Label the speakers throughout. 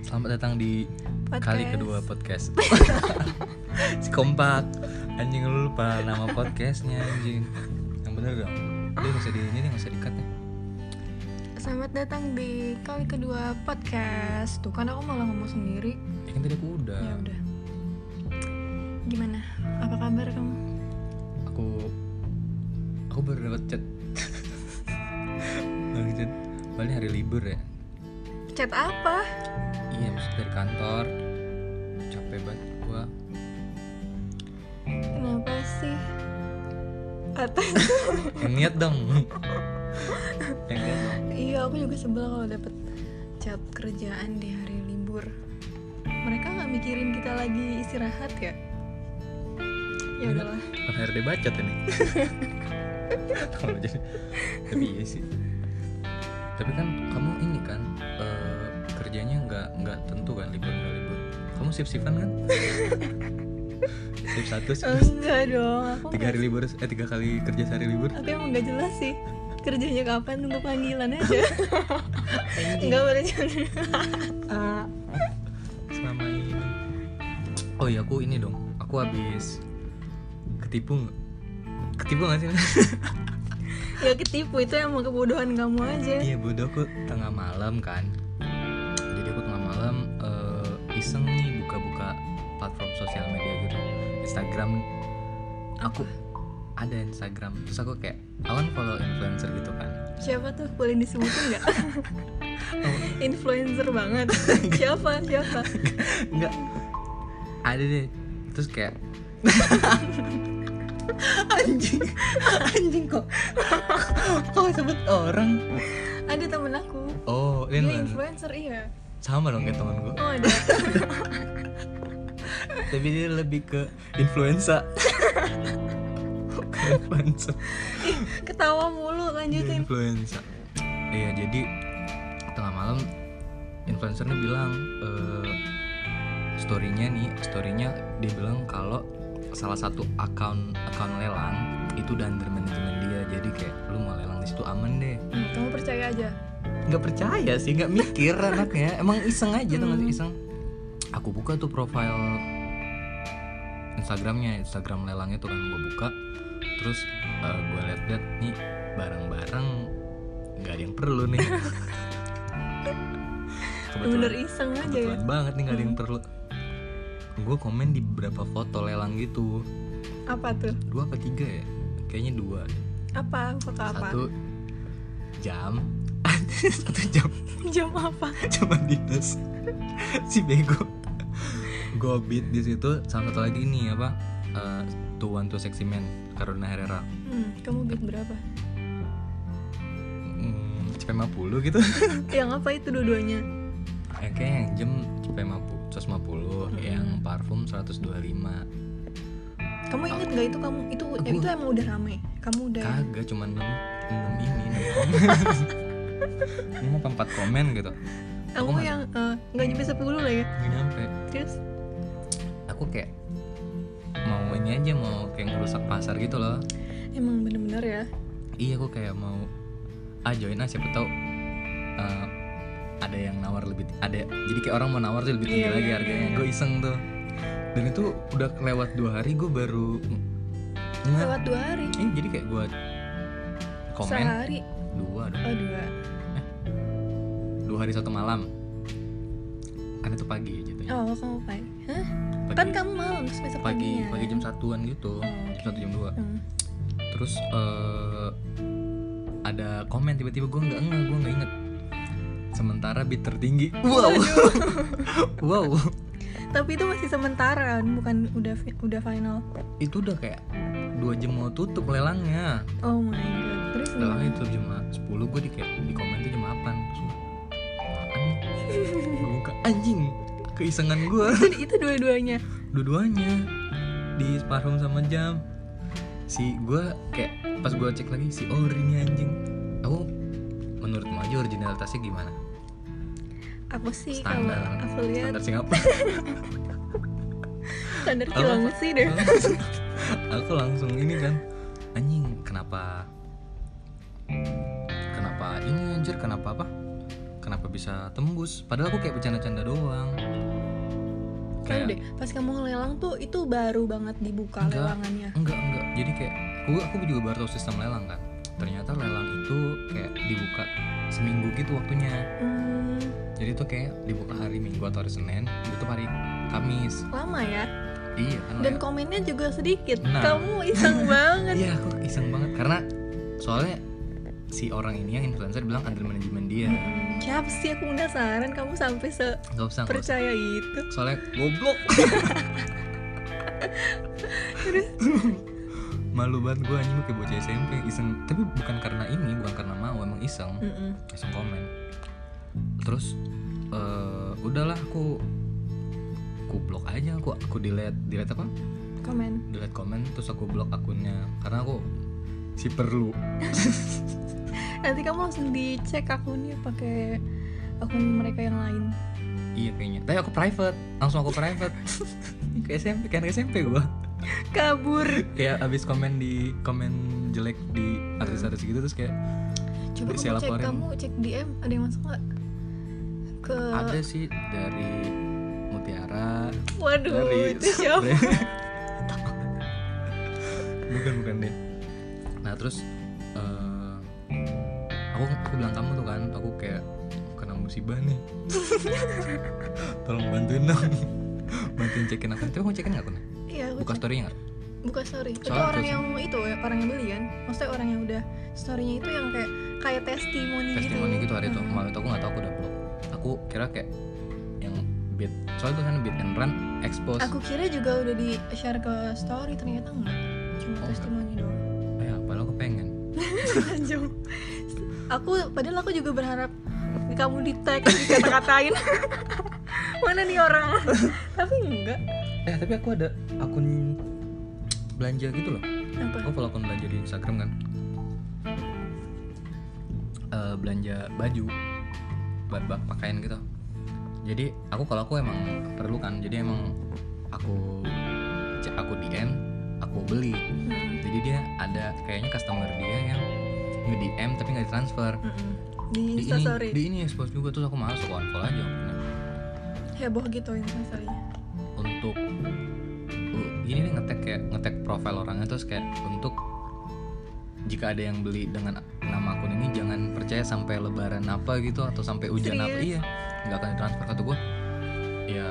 Speaker 1: Selamat datang di
Speaker 2: Podcast.
Speaker 1: kali kedua podcast. si kompak anjing lu lupa nama podcastnya anjing. Yang bener dong. Dia nggak usah di ini nih nggak usah dikat ya.
Speaker 2: Selamat datang di kali kedua podcast. Tuh kan aku malah ngomong sendiri.
Speaker 1: Ya kan tadi aku udah.
Speaker 2: Ya udah. Gimana? Apa kabar kamu?
Speaker 1: Aku aku baru dapat chat. Baru chat. Paling hari libur ya.
Speaker 2: Chat apa?
Speaker 1: Iya maksud dari kantor. Capek banget gua.
Speaker 2: Kenapa sih? Atau
Speaker 1: Yang niat dong. Yang niat dong.
Speaker 2: iya aku juga sebel kalau dapet chat kerjaan di hari libur. Mereka nggak mikirin kita lagi istirahat ya? Ya
Speaker 1: Enggak.
Speaker 2: udahlah.
Speaker 1: Iya. Bukan HRD bacot ini Kalau jadi Tapi iya sih Tapi kan kamu ini kan eh, Kerjanya nggak nggak tentu kan libur nggak libur Kamu sip-sipan kan? Sip satu
Speaker 2: Eh,
Speaker 1: sip dua,
Speaker 2: Enggak dong. Aku
Speaker 1: Tiga hari libur Eh tiga kali kerja sehari libur
Speaker 2: Aku emang gak jelas sih kerjanya kapan tunggu panggilan aja nggak boleh jangan Ah.
Speaker 1: Selama ini Oh iya aku ini dong Aku habis Ketipu nggak? Ketipu gak sih?
Speaker 2: ya ketipu itu emang kebodohan kamu aja
Speaker 1: Iya bodoh aku tengah malam kan Jadi aku tengah malam eh, iseng nih buka-buka platform sosial media gitu Instagram Aku ada Instagram Terus aku kayak aku kan follow influencer gitu kan
Speaker 2: siapa tuh boleh disebutin nggak influencer banget siapa siapa
Speaker 1: Enggak Ada deh Terus kayak Anjing Anjing kok Kok sebut orang
Speaker 2: ada temen aku
Speaker 1: Oh
Speaker 2: dia
Speaker 1: Lin
Speaker 2: influencer iya
Speaker 1: Sama dong kayak temen gue
Speaker 2: oh ada
Speaker 1: tapi dia lebih ke influenza Ke influenza
Speaker 2: ketawa mulu
Speaker 1: Dia
Speaker 2: lanjutin
Speaker 1: influenza iya jadi tengah malam influencernya bilang eh, storynya nih storynya dia bilang kalau salah satu akun akun lelang itu udah under manajemen dia jadi kayak lu mau lelang di situ aman deh
Speaker 2: Hmm, kamu percaya aja
Speaker 1: nggak percaya sih nggak mikir anaknya emang iseng aja tuh
Speaker 2: Hmm.
Speaker 1: iseng aku buka tuh profile Instagramnya Instagram lelang itu kan gue buka terus gue liat-liat nih barang-barang nggak ada yang perlu nih
Speaker 2: bener
Speaker 1: kebetulan,
Speaker 2: iseng aja ya
Speaker 1: kebetulan banget nih nggak ada yang perlu gue komen di beberapa foto lelang gitu
Speaker 2: apa tuh
Speaker 1: dua apa tiga ya kayaknya dua
Speaker 2: apa foto apa
Speaker 1: satu jam satu jam
Speaker 2: jam apa
Speaker 1: cuma dinas si bego gobit di situ sama satu lagi ini apa eh, Two One Two Sexy Man Karuna Herrera
Speaker 2: Hmm, kamu bid berapa
Speaker 1: hmm, CP50 gitu
Speaker 2: yang apa itu dua-duanya
Speaker 1: Eh, kayaknya yang jam CP50 150 yang parfum 125
Speaker 2: Kamu inget gak itu kamu itu
Speaker 1: Gua-
Speaker 2: itu emang udah rame. Kamu udah
Speaker 1: kagak cuma 6, 6 ini 6 komen empat komen gitu
Speaker 2: kamu
Speaker 1: nggak-
Speaker 2: yang eh, nggak nyampe 10 lah ya.
Speaker 1: nggak nyampe
Speaker 2: Terus
Speaker 1: aku kayak mau ini aja mau kayak ngerusak pasar gitu loh
Speaker 2: emang bener-bener ya.
Speaker 1: iya aku kayak mau ah join ah siapa tahu eh, ada yang nawar lebih ada jadi kayak orang mau nawar tuh lebih tinggi
Speaker 2: Iya,
Speaker 1: lagi
Speaker 2: iya,
Speaker 1: harganya
Speaker 2: iya.
Speaker 1: gue iseng tuh dan itu udah lewat dua hari gue baru ng- nge-
Speaker 2: Lewat dua hari.
Speaker 1: Ini jadi kayak gue komen
Speaker 2: Sehari.
Speaker 1: dua dong
Speaker 2: Oh dua.
Speaker 1: dua hari satu malam kan itu pagi jatuhnya
Speaker 2: Oh kamu pagi. Hah?
Speaker 1: pagi
Speaker 2: Kan ya? Oh, kamu malam terus besok
Speaker 1: pagi,
Speaker 2: paginya.
Speaker 1: pagi jam satuan gitu jam satu jam dua
Speaker 2: Hmm.
Speaker 1: terus eh, ada komen tiba-tiba gue nggak nggak gue nggak inget sementara bid tertinggi wow wow
Speaker 2: Tapi itu masih sementara, bukan udah fi- udah final.
Speaker 1: itu udah kayak dua jam mau tutup lelangnya
Speaker 2: Oh my god. Terus gimana?
Speaker 1: lelangnya itu jam 10 gue di kayak di komen tuh jam 8 terus gua, apaan nih gue buka anjing keisengan gue
Speaker 2: Jadi itu dua-duanya.
Speaker 1: dua-duanya di parfum sama jam si gue kayak pas gue cek lagi si ori nih anjing aku menurut maju originalitasnya gimana
Speaker 2: Aku sih kalau
Speaker 1: Standar.
Speaker 2: aku lihat
Speaker 1: standar Singapura
Speaker 2: standar
Speaker 1: Apa-
Speaker 2: Cilangsi deh.
Speaker 1: aku langsung ini kan anjing kenapa kenapa ini anjir kenapa apa kenapa bisa tembus padahal aku kayak bercanda-canda doang
Speaker 2: Tahu deh, pas kamu ngelelang tuh itu baru banget dibuka
Speaker 1: Enggak.
Speaker 2: lelangannya.
Speaker 1: enggak enggak jadi kayak aku aku juga baru tahu sistem lelang kan ternyata lelang itu kayak dibuka seminggu gitu waktunya
Speaker 2: Hmm,
Speaker 1: jadi tuh kayak dibuka hari minggu atau hari senin itu hari kamis
Speaker 2: lama ya.
Speaker 1: iya kan
Speaker 2: Dan
Speaker 1: lelang.
Speaker 2: komennya juga sedikit.
Speaker 1: Nah.
Speaker 2: Kamu iseng banget.
Speaker 1: iya aku iseng banget karena soalnya si orang ini yang influencer bilang under manajemen dia
Speaker 2: Hmm, Siapa sih aku penasaran kamu sampai
Speaker 1: nggak usah nggak usah
Speaker 2: sepercaya gitu. itu?
Speaker 1: soalnya goblok malu banget gue anjing kayak bocah SMP iseng tapi bukan karena ini bukan karena mau emang iseng
Speaker 2: Mm-mm.
Speaker 1: langsung komen terus eh, udahlah aku aku blok aja aku aku delete delete apa
Speaker 2: Komen.
Speaker 1: delete komen terus aku blok akunnya karena aku si perlu
Speaker 2: Nanti kamu langsung dicek akunnya pakai akun mereka yang lain.
Speaker 1: iya kayaknya tapi aku private langsung aku private ke SMP kan SMP gua
Speaker 2: Kabur.
Speaker 1: kayak abis komen di komen jelek di artis-artis gitu terus kayak
Speaker 2: Coba kamu
Speaker 1: Bisa
Speaker 2: cek
Speaker 1: laporin.
Speaker 2: kamu cek DM ada yang masuk nggak? Ke
Speaker 1: ada sih dari Mutiara
Speaker 2: waduh
Speaker 1: dari
Speaker 2: itu siapa?
Speaker 1: bukan bukan deh nah terus eh, aku aku bilang kamu tuh kan aku kayak kena musibah nih tolong bantuin dong bantuin cekin akun tapi kamu cekin nggak akun
Speaker 2: Iya, aku
Speaker 1: buka
Speaker 2: cek.
Speaker 1: story nggak
Speaker 2: buka story. Itu
Speaker 1: Soalnya
Speaker 2: orang
Speaker 1: terus-
Speaker 2: yang itu ya, orang yang beli kan? Maksudnya orang yang udah storynya itu yang kayak kayak testimoni,
Speaker 1: testimoni
Speaker 2: gitu.
Speaker 1: gitu hari itu
Speaker 2: Hmm.
Speaker 1: malam itu aku nggak tahu aku udah blok aku kira kayak yang beat soalnya tuh kan beat and run expose
Speaker 2: Aku kira juga udah di share ke story ternyata enggak. Cuma
Speaker 1: Oh,
Speaker 2: testimoni doang.
Speaker 1: ya padahal aku pengen
Speaker 2: Anjing. aku padahal aku juga berharap kamu di tag dikata-katain mana nih orang tapi enggak
Speaker 1: eh tapi aku ada akun belanja gitu loh
Speaker 2: apa
Speaker 1: aku follow akun belanja di Instagram kan Eh, belanja baju ba- ba- pakaian gitu jadi aku kalau aku emang perlu kan jadi emang aku cek aku DM aku beli
Speaker 2: Hmm,
Speaker 1: jadi dia ada kayaknya customer dia yang nge DM tapi nggak transfer
Speaker 2: mm-mm. di
Speaker 1: di ini
Speaker 2: instastory
Speaker 1: di ini expose juga terus aku malas aku unfollow aja Nah,
Speaker 2: heboh gitu instastorynya
Speaker 1: untuk uh, ini nih ngetek kayak ngetek profil orangnya terus kayak untuk jika ada yang beli dengan nama akun ini jangan percaya sampai lebaran apa gitu atau sampai hujan apa
Speaker 2: Serius?
Speaker 1: iya nggak akan transfer kata gue ya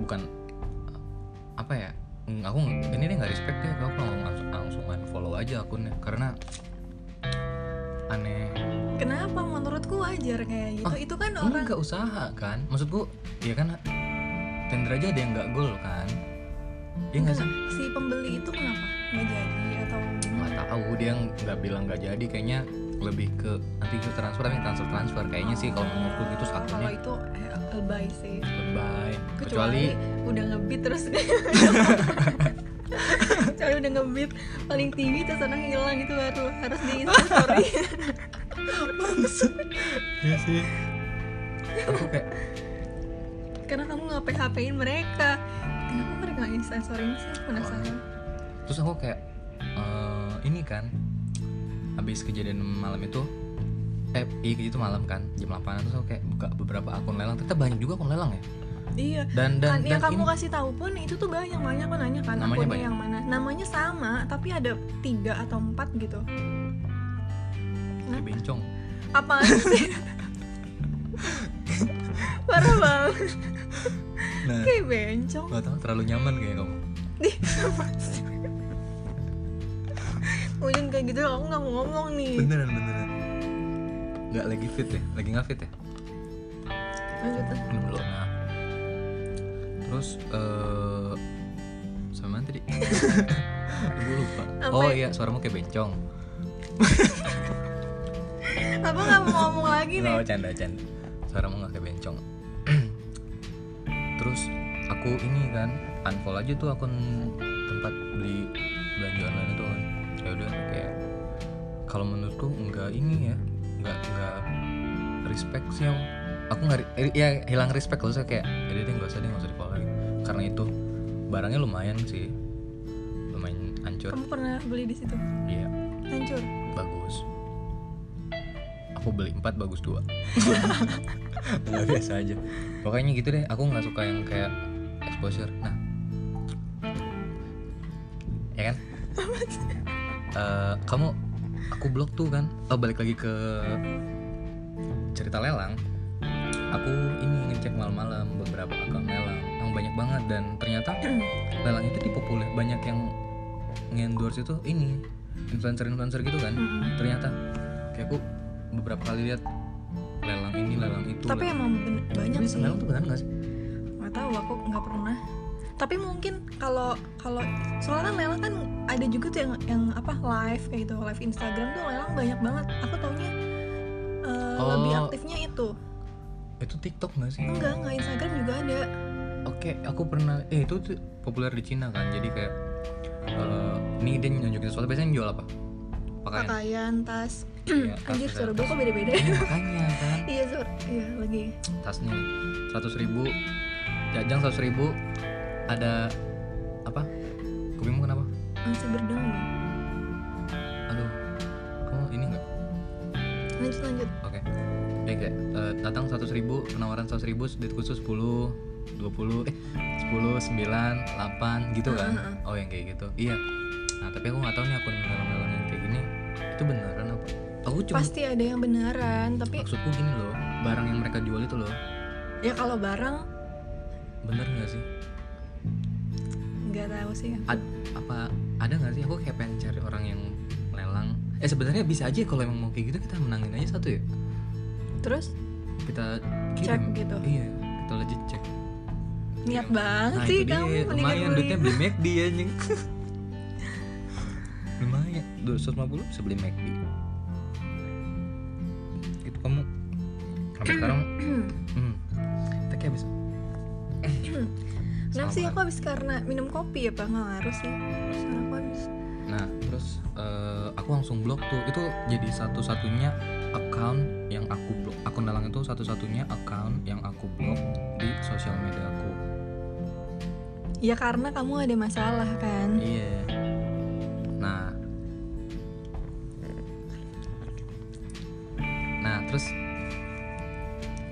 Speaker 1: bukan uh, apa ya mm, aku nge- ini deh nggak respect deh aku langsung langsung follow aja akunnya karena aneh
Speaker 2: kenapa menurutku wajar kayak gitu
Speaker 1: Ah,
Speaker 2: itu kan
Speaker 1: Enggak
Speaker 2: orang
Speaker 1: nggak usaha kan maksud gua ya kan tender aja ada yang nggak gol kan dia Iya nggak sih
Speaker 2: si pembeli itu kenapa nggak jadi atau gimana
Speaker 1: nggak tahu dia nggak bilang nggak jadi kayaknya lebih ke nanti ke transfer tapi transfer transfer kayaknya sih kalau menurutku gitu
Speaker 2: kalau
Speaker 1: satunya
Speaker 2: itu eh, lebay sih
Speaker 1: lebay kecuali
Speaker 2: kecuali, udah ngebit terus kecuali udah ngebit paling tinggi terus orang hilang itu baru harus di instastory
Speaker 1: Iya sih aku kayak
Speaker 2: karena kamu nggak php in mereka kenapa mereka nggak instastory sih aku
Speaker 1: Oh.
Speaker 2: penasaran
Speaker 1: terus aku kayak eh, ini kan habis kejadian malam itu eh iya itu malam kan jam 8 terus aku kayak buka beberapa akun lelang ternyata banyak juga akun lelang ya
Speaker 2: iya
Speaker 1: dan dan
Speaker 2: kan yang
Speaker 1: dan
Speaker 2: kamu
Speaker 1: ini-
Speaker 2: kasih tahu pun itu tuh banyak banyak kan nanya kan
Speaker 1: Namanya
Speaker 2: akunnya
Speaker 1: banyak.
Speaker 2: yang mana namanya sama tapi ada tiga atau empat gitu
Speaker 1: Ih, bencong
Speaker 2: apa sih parah banget
Speaker 1: nah
Speaker 2: kayak bencong
Speaker 1: nggak tahu terlalu nyaman kayak kamu
Speaker 2: Ujung kayak gitu aku nggak mau ngomong nih
Speaker 1: beneran beneran nggak lagi fit ya lagi nggak fit ya
Speaker 2: lanjutan
Speaker 1: belum nah terus eh sama mana tadi gue lupa
Speaker 2: Apa
Speaker 1: oh
Speaker 2: ya?
Speaker 1: iya suaramu kayak bencong
Speaker 2: Apa nggak mau ngomong lagi nih?
Speaker 1: nggak canda canda suaramu nggak kayak bencong terus aku ini kan unfollow aja tuh akun tempat beli belanja online itu kan ya udah kayak kalau menurutku nggak ini ya nggak nggak respect sih aku aku nggak ri- eh, ya hilang respect loh saya kayak jadi deh nggak usah deh nggak usah di follow lagi karena itu barangnya lumayan sih lumayan hancur
Speaker 2: Kamu pernah beli di situ?
Speaker 1: iya
Speaker 2: Hancur.
Speaker 1: bagus aku aku beli empat bagus dua Nggak, biasa aja pokoknya gitu deh aku nggak suka yang kayak exposure nah ya kan Eh, kamu aku blok tuh kan oh, balik lagi ke cerita lelang aku ini ngecek malam-malam beberapa akun lelang yang banyak banget dan ternyata lelang itu dipopuler banyak yang ngendorse itu ini influencer-influencer gitu kan
Speaker 2: Mm-mm.
Speaker 1: ternyata kayak aku beberapa kali lihat lelang ini lelang itu
Speaker 2: tapi
Speaker 1: lelang-
Speaker 2: emang ben- banyak
Speaker 1: Ini
Speaker 2: sih
Speaker 1: lelang tuh benar nggak sih
Speaker 2: nggak tahu aku nggak pernah tapi mungkin kalau kalau soalnya kan lelang kan ada juga tuh yang yang apa live kayak gitu live Instagram tuh lelang banyak banget aku taunya eh,
Speaker 1: Oh.
Speaker 2: lebih aktifnya itu
Speaker 1: itu TikTok nggak sih
Speaker 2: enggak enggak Instagram juga ada
Speaker 1: Oke, aku pernah eh itu tuh populer di Cina kan. Jadi kayak eh, nih dia nunjukin sesuatu biasanya yang jual apa? Pakaian.
Speaker 2: pakaian tas
Speaker 1: Iya,
Speaker 2: anjir
Speaker 1: tas,
Speaker 2: suara gue
Speaker 1: tas.
Speaker 2: kok beda-beda
Speaker 1: Eh, makanya kan
Speaker 2: iya suara iya lagi
Speaker 1: tasnya seratus ribu jajang seratus ribu ada apa kupingmu kenapa
Speaker 2: masih berdengung
Speaker 1: aduh kamu ini nggak
Speaker 2: lanjut lanjut
Speaker 1: oke Dia kayak eh, datang seratus ribu penawaran seratus ribu sedikit khusus 10 20 eh 10 9 8 gitu kan
Speaker 2: Heeh.
Speaker 1: oh yang kayak gitu iya nah tapi aku nggak tahu nih akun lelang-lelang yang kayak gini itu beneran apa aku cuma
Speaker 2: pasti ada yang beneran tapi
Speaker 1: maksudku gini loh barang yang mereka jual itu loh
Speaker 2: ya kalau barang
Speaker 1: bener nggak sih
Speaker 2: nggak tahu sih
Speaker 1: Ad- apa ada nggak sih aku kayak pengen cari orang yang lelang eh sebenarnya bisa aja kalau emang mau kayak gitu kita menangin aja satu ya
Speaker 2: terus
Speaker 1: kita
Speaker 2: Cek
Speaker 1: kirim
Speaker 2: gitu.
Speaker 1: iya kita legit cek
Speaker 2: niat banget
Speaker 1: nah
Speaker 2: sih
Speaker 1: itu dia
Speaker 2: kamu mendingan
Speaker 1: lumayan
Speaker 2: beli.
Speaker 1: duitnya beli McD ya, anjing lumayan 250 bisa beli McD itu kamu sampai sekarang hmm, kita kayak habis
Speaker 2: Kenapa sih
Speaker 1: Sama.
Speaker 2: aku habis karena minum kopi ya pak nggak ngaruh sih. Karena aku habis.
Speaker 1: Nah, terus eh, aku langsung blok tuh. Itu jadi satu-satunya account yang aku blok. Akun dalang itu satu-satunya account yang aku blok di sosial media aku.
Speaker 2: Ya karena kamu ada masalah kan.
Speaker 1: Iya. Nah. Nah, terus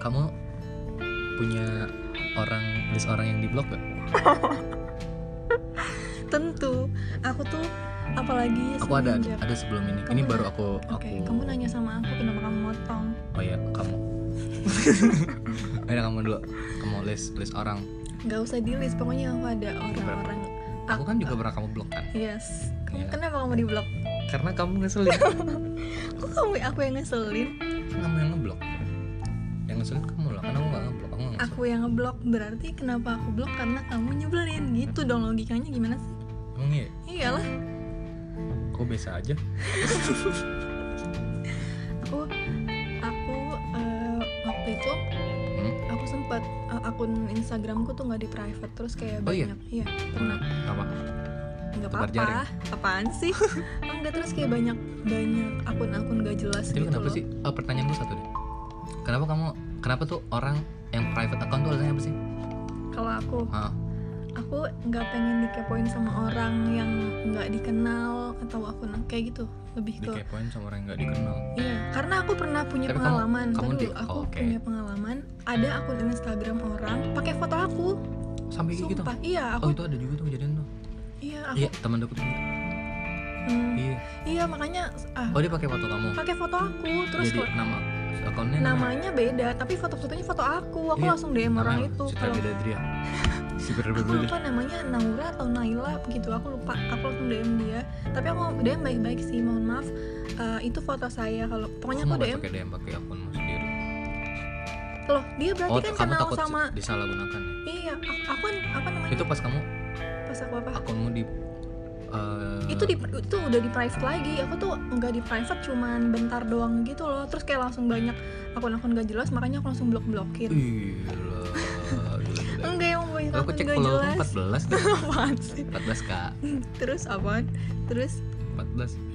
Speaker 1: kamu punya orang list orang yang diblok gak?
Speaker 2: Tentu. Aku tuh apalagi
Speaker 1: Aku ada
Speaker 2: semenjak-
Speaker 1: ada sebelum ini.
Speaker 2: Kamu
Speaker 1: Ini
Speaker 2: ada?
Speaker 1: baru aku
Speaker 2: Oke,
Speaker 1: aku
Speaker 2: kamu nanya sama aku kenapa kamu motong.
Speaker 1: Oh iya, kamu. Ada kamu dulu. Kamu list list orang.
Speaker 2: Gak usah di list, pokoknya aku ada orang-orang.
Speaker 1: Aku kan juga pernah kamu blok kan?
Speaker 2: Yes. Kamu
Speaker 1: Iya.
Speaker 2: kenapa kamu di blok?
Speaker 1: Karena kamu ngeselin.
Speaker 2: Kok kamu aku yang ngeselin?
Speaker 1: Kan kamu yang ngeblok. Yang ngeselin kamu lah, karena aku gak ngeblok. Aku gak ngeselin.
Speaker 2: Aku yang ngeblok berarti kenapa aku blok karena kamu nyebelin gitu dong logikanya gimana sih?
Speaker 1: Emang iya?
Speaker 2: Iyalah.
Speaker 1: Kok biasa aja?
Speaker 2: aku aku eh, waktu itu
Speaker 1: Hmm?
Speaker 2: aku sempat eh, akun Instagramku tuh nggak di private terus kayak
Speaker 1: Oh iya?
Speaker 2: banyak iya pernah
Speaker 1: Apa?
Speaker 2: nggak
Speaker 1: Tebar
Speaker 2: apa-apa
Speaker 1: jaring.
Speaker 2: apaan sih enggak terus kayak banyak banyak akun-akun gak jelas
Speaker 1: Tapi
Speaker 2: gitu
Speaker 1: kenapa
Speaker 2: loh.
Speaker 1: sih? Oh, pertanyaan gue satu deh. Kenapa kamu? Kenapa tuh orang yang private account tuh alasannya apa sih?
Speaker 2: kalau aku
Speaker 1: Ah,
Speaker 2: aku nggak pengen dikepoin sama orang yang nggak dikenal atau akun kayak gitu lebih ke
Speaker 1: dikepoin sama orang yang gak dikenal.
Speaker 2: Iya, karena aku pernah punya
Speaker 1: Tapi kamu-
Speaker 2: pengalaman.
Speaker 1: kamu
Speaker 2: Tadi
Speaker 1: di-
Speaker 2: dulu, aku
Speaker 1: oh, oke.
Speaker 2: punya pengalaman ada akun Instagram orang pakai foto aku.
Speaker 1: Sampai kayak gitu.
Speaker 2: Sumpah. Iya, aku
Speaker 1: Oh itu ada juga tuh kejadian tuh.
Speaker 2: iya aku
Speaker 1: Iya, teman dekat juga.
Speaker 2: hmm,
Speaker 1: Iya.
Speaker 2: Iya makanya ah,
Speaker 1: Oh dia pakai foto kamu.
Speaker 2: pakai foto aku terus
Speaker 1: Jadi
Speaker 2: kok-
Speaker 1: nama akunnya
Speaker 2: namanya beda tapi foto-fotonya foto aku aku
Speaker 1: Iya,
Speaker 2: langsung DM orang
Speaker 1: namanya
Speaker 2: itu
Speaker 1: Si
Speaker 2: kalau
Speaker 1: Terbeda Dria. Si
Speaker 2: aku
Speaker 1: Berbeda.
Speaker 2: lupa namanya Naura atau Naila begitu aku lupa aku langsung DM dia tapi aku DM baik-baik sih mohon maaf Eh, itu foto saya kalau pokoknya aku
Speaker 1: Kamu nggak
Speaker 2: DM
Speaker 1: pakai DM pakai akunmu sendiri.
Speaker 2: loh dia berarti
Speaker 1: Oh,
Speaker 2: kan
Speaker 1: kamu
Speaker 2: kenal
Speaker 1: takut
Speaker 2: sama
Speaker 1: disalahgunakan ya?
Speaker 2: iya aku, aku apa namanya
Speaker 1: Itu pas kamu
Speaker 2: pas aku apa
Speaker 1: akunmu di eh,
Speaker 2: itu di itu udah di private lagi aku tuh nggak di private cuman bentar doang gitu loh terus kayak langsung banyak akun-akun gak jelas makanya aku langsung blok-blokin
Speaker 1: Ih, gila, gila, gila.
Speaker 2: Enggak yang banyak
Speaker 1: Aku
Speaker 2: akun
Speaker 1: cek
Speaker 2: gak
Speaker 1: follow
Speaker 2: jelas
Speaker 1: 14 deh.
Speaker 2: Apaan sih?
Speaker 1: 14 kak
Speaker 2: Terus apaan? Terus
Speaker 1: 14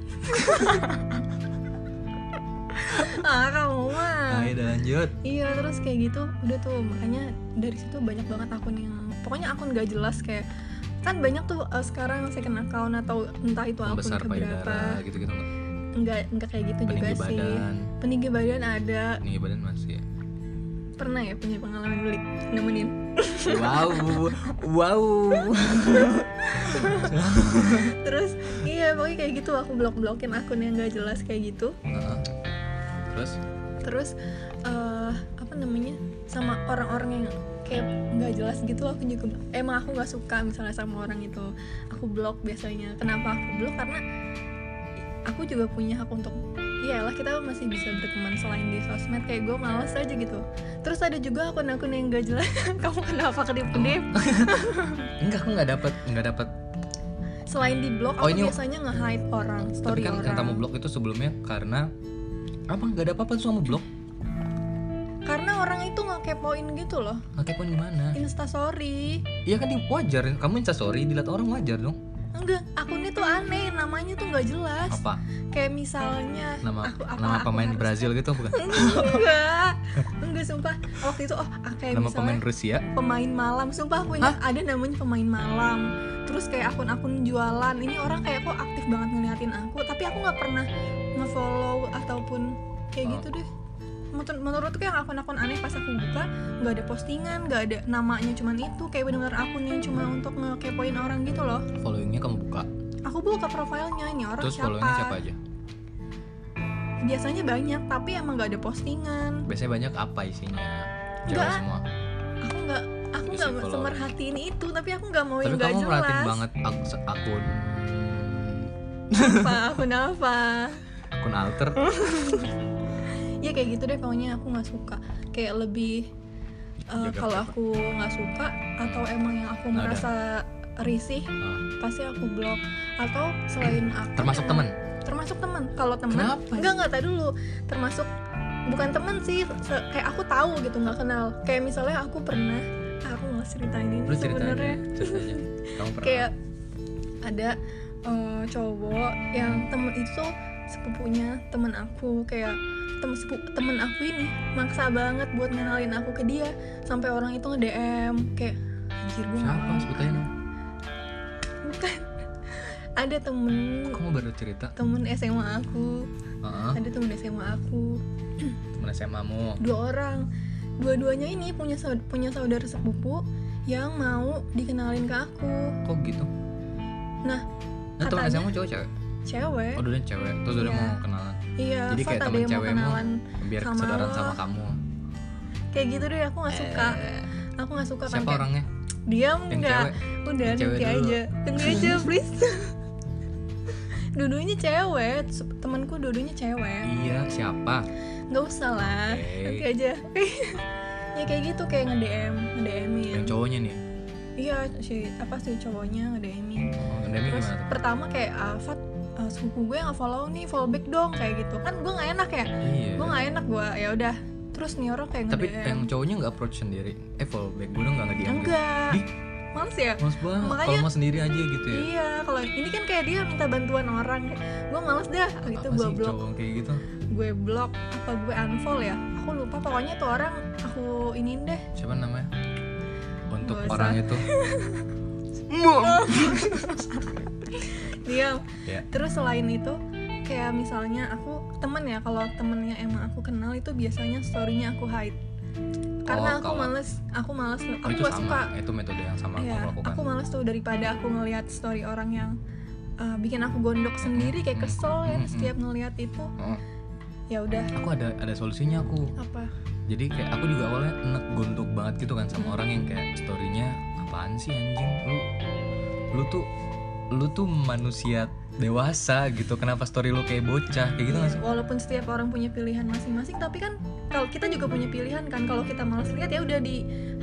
Speaker 2: ah kamu mah
Speaker 1: Ayo lanjut
Speaker 2: Iya terus kayak gitu udah tuh makanya dari situ banyak banget akun yang Pokoknya akun gak jelas kayak Kan banyak tuh eh, sekarang second account atau entah itu akun
Speaker 1: Membesar
Speaker 2: keberapa
Speaker 1: payudara gitu-gitu nggak?
Speaker 2: nggak nggak kayak gitu juga
Speaker 1: peninggi
Speaker 2: sih
Speaker 1: badan
Speaker 2: peninggi badan ada
Speaker 1: peninggi badan masih ya
Speaker 2: pernah ya punya pengalaman beli nemenin
Speaker 1: wow wow
Speaker 2: terus iya pokoknya kayak gitu aku blok blokin akun yang nggak jelas kayak gitu
Speaker 1: Heeh. terus
Speaker 2: terus eh apa namanya sama orang-orang yang kayak nggak jelas gitu aku juga emang aku nggak suka misalnya sama orang itu aku blok biasanya kenapa aku blok karena aku juga punya hak untuk iyalah kita masih bisa berteman selain di sosmed kayak gue males aja gitu terus ada juga akun-akun yang gak jelas kamu kenapa
Speaker 1: Oh.
Speaker 2: kedip-kedip
Speaker 1: enggak aku nggak dapat nggak dapat
Speaker 2: selain di blok
Speaker 1: Oh,
Speaker 2: aku
Speaker 1: ini-
Speaker 2: biasanya nge-hide orang
Speaker 1: tapi
Speaker 2: story
Speaker 1: kan yang
Speaker 2: orang
Speaker 1: kamu blok itu sebelumnya karena apa nggak ada apa-apa tuh kamu blok
Speaker 2: karena orang itu nggak kepoin gitu loh
Speaker 1: pakai pun gimana
Speaker 2: instastory
Speaker 1: iya kan di wajar kamu instastory dilihat orang wajar dong
Speaker 2: enggak akunnya tuh aneh namanya tuh nggak jelas
Speaker 1: apa
Speaker 2: kayak misalnya
Speaker 1: nama
Speaker 2: aku apa
Speaker 1: nama
Speaker 2: aku
Speaker 1: pemain
Speaker 2: harus- Iya,
Speaker 1: Brazil gitu bukan
Speaker 2: enggak enggak sumpah waktu itu oh ah, kayak
Speaker 1: nama
Speaker 2: misalnya
Speaker 1: pemain Rusia
Speaker 2: pemain malam sumpah aku ingat ada namanya pemain malam terus kayak akun-akun jualan ini orang kayak kok aktif banget ngeliatin aku tapi aku nggak pernah ngefollow ataupun kayak
Speaker 1: Oh.
Speaker 2: gitu deh Menurut- menurutku yang akun-akun aneh pas aku buka nggak ada postingan nggak ada namanya cuman itu kayak bener-bener akun yang cuma untuk ngekepoin orang gitu loh
Speaker 1: followingnya kamu buka
Speaker 2: aku buka profilnya ini orang
Speaker 1: terus followingnya siapa aja
Speaker 2: biasanya banyak tapi emang nggak ada postingan
Speaker 1: biasanya banyak apa isinya cewek
Speaker 2: Enggak.
Speaker 1: semua
Speaker 2: aku nggak aku
Speaker 1: Isi
Speaker 2: nggak
Speaker 1: follower.
Speaker 2: semerhatiin itu tapi aku nggak mau
Speaker 1: tapi
Speaker 2: yang nggak
Speaker 1: kamu
Speaker 2: jelas
Speaker 1: perhatiin banget ak- se- akun
Speaker 2: apa aku kenapa
Speaker 1: akun alter
Speaker 2: ya kayak gitu deh pokoknya aku nggak suka kayak lebih eh,
Speaker 1: Jaga
Speaker 2: kalau
Speaker 1: privat.
Speaker 2: aku nggak suka atau emang yang aku
Speaker 1: Nggak ada.
Speaker 2: merasa risih
Speaker 1: Oh.
Speaker 2: pasti aku blok atau selain aku
Speaker 1: termasuk teman
Speaker 2: termasuk teman kalau teman
Speaker 1: Kenapa?
Speaker 2: nggak nggak tadi dulu termasuk bukan teman sih se- kayak aku tahu gitu nggak kenal kayak misalnya aku pernah aku nggak ceritain ini
Speaker 1: lu cerita
Speaker 2: sebenarnya
Speaker 1: aja cerita aja kamu pernah
Speaker 2: kayak ada eh, cowok yang temen itu sepupunya temen aku kayak tem sepu- temen aku ini maksa banget buat ngenalin aku ke dia sampai orang itu nge DM kayak anjir gue
Speaker 1: siapa sebutnya dong
Speaker 2: bukan ada temen
Speaker 1: kamu baru cerita
Speaker 2: temen SMA aku
Speaker 1: Heeh.
Speaker 2: ada temen SMA aku
Speaker 1: teman SMA mu
Speaker 2: dua orang dua-duanya ini punya saud- punya saudara sepupu yang mau dikenalin ke aku
Speaker 1: kok gitu
Speaker 2: Nah,
Speaker 1: nah teman
Speaker 2: katanya-
Speaker 1: SMA mu cowok cewek
Speaker 2: cewek
Speaker 1: oh dulunya cewek terus udah
Speaker 2: Iya.
Speaker 1: mau kenalan
Speaker 2: Iya,
Speaker 1: Jadi
Speaker 2: Jadi
Speaker 1: kayak
Speaker 2: ada
Speaker 1: temen
Speaker 2: yang mau
Speaker 1: cewekmu.
Speaker 2: kenalan
Speaker 1: biar
Speaker 2: Sama
Speaker 1: kesadaran
Speaker 2: lo.
Speaker 1: sama kamu
Speaker 2: Kayak gitu deh, aku gak suka
Speaker 1: Eh,
Speaker 2: Aku gak suka
Speaker 1: siapa
Speaker 2: kan kayak,
Speaker 1: orangnya
Speaker 2: Diam
Speaker 1: yang
Speaker 2: gak?
Speaker 1: cewek
Speaker 2: Udah,
Speaker 1: Yang cewek
Speaker 2: nanti
Speaker 1: dulu.
Speaker 2: aja Nanti aja, please Dudunya cewek, se- temanku dudunya cewek
Speaker 1: iya siapa
Speaker 2: Gak usah lah,
Speaker 1: Oke.
Speaker 2: nanti aja Ya kayak gitu, kayak nge-DM Nge-DM-in
Speaker 1: yang cowoknya nih
Speaker 2: Iya, si, apa sih cowoknya nge-DM-in
Speaker 1: oh, endemi
Speaker 2: Terus
Speaker 1: gimana tuh
Speaker 2: pertama kayak, ah, Fat, ah, sepupu gue nggak follow nih, follow back dong Kayak gitu, kan gue gak enak ya
Speaker 1: iya
Speaker 2: Gue gak enak, gue ya udah Terus nih orang kayak
Speaker 1: tapi
Speaker 2: nge-DM
Speaker 1: yang gitu. cowoknya nggak approach sendiri eh follow back gue udah nggak ngediam gitu
Speaker 2: Iya. enggak
Speaker 1: Di.
Speaker 2: males ya
Speaker 1: males banget
Speaker 2: Makanya-
Speaker 1: kalau mau sendiri aja gitu ya
Speaker 2: iya kalau ini kan kayak dia minta bantuan orang gue males dah Ah, itu
Speaker 1: Apa
Speaker 2: gue
Speaker 1: sih
Speaker 2: blok
Speaker 1: cowok kayak gitu
Speaker 2: gue blok apa gue unfollow ya aku lupa pokoknya tuh orang aku iniin deh
Speaker 1: siapa namanya untuk
Speaker 2: Nggak usah.
Speaker 1: orang itu
Speaker 2: diam
Speaker 1: Ya.
Speaker 2: terus selain itu kayak misalnya aku temen ya kalau temennya emang aku kenal itu biasanya storynya aku hide karena
Speaker 1: Oh,
Speaker 2: aku
Speaker 1: kalau-
Speaker 2: males aku males
Speaker 1: oh,
Speaker 2: aku
Speaker 1: itu
Speaker 2: gak
Speaker 1: sama
Speaker 2: suka
Speaker 1: itu metode yang sama
Speaker 2: Iya,
Speaker 1: aku lakukan
Speaker 2: aku males tuh daripada aku ngelihat story orang yang uh, bikin aku gondok sendiri kayak kesel ya
Speaker 1: Mm-mm.
Speaker 2: setiap ngelihat itu.
Speaker 1: Oh.
Speaker 2: Ya udah,
Speaker 1: aku ada ada solusinya aku
Speaker 2: apa?
Speaker 1: jadi kayak aku juga awalnya enek guntuk banget gitu kan sama orang yang kayak storynya apaan sih anjing lu lu tuh lu tuh manusia dewasa gitu kenapa story lu kayak bocah kayak gitu
Speaker 2: Iya.
Speaker 1: nggak sih
Speaker 2: Walaupun setiap orang punya pilihan masing-masing, tapi kan kalau kita juga punya pilihan kan kalau kita males lihat ya udah di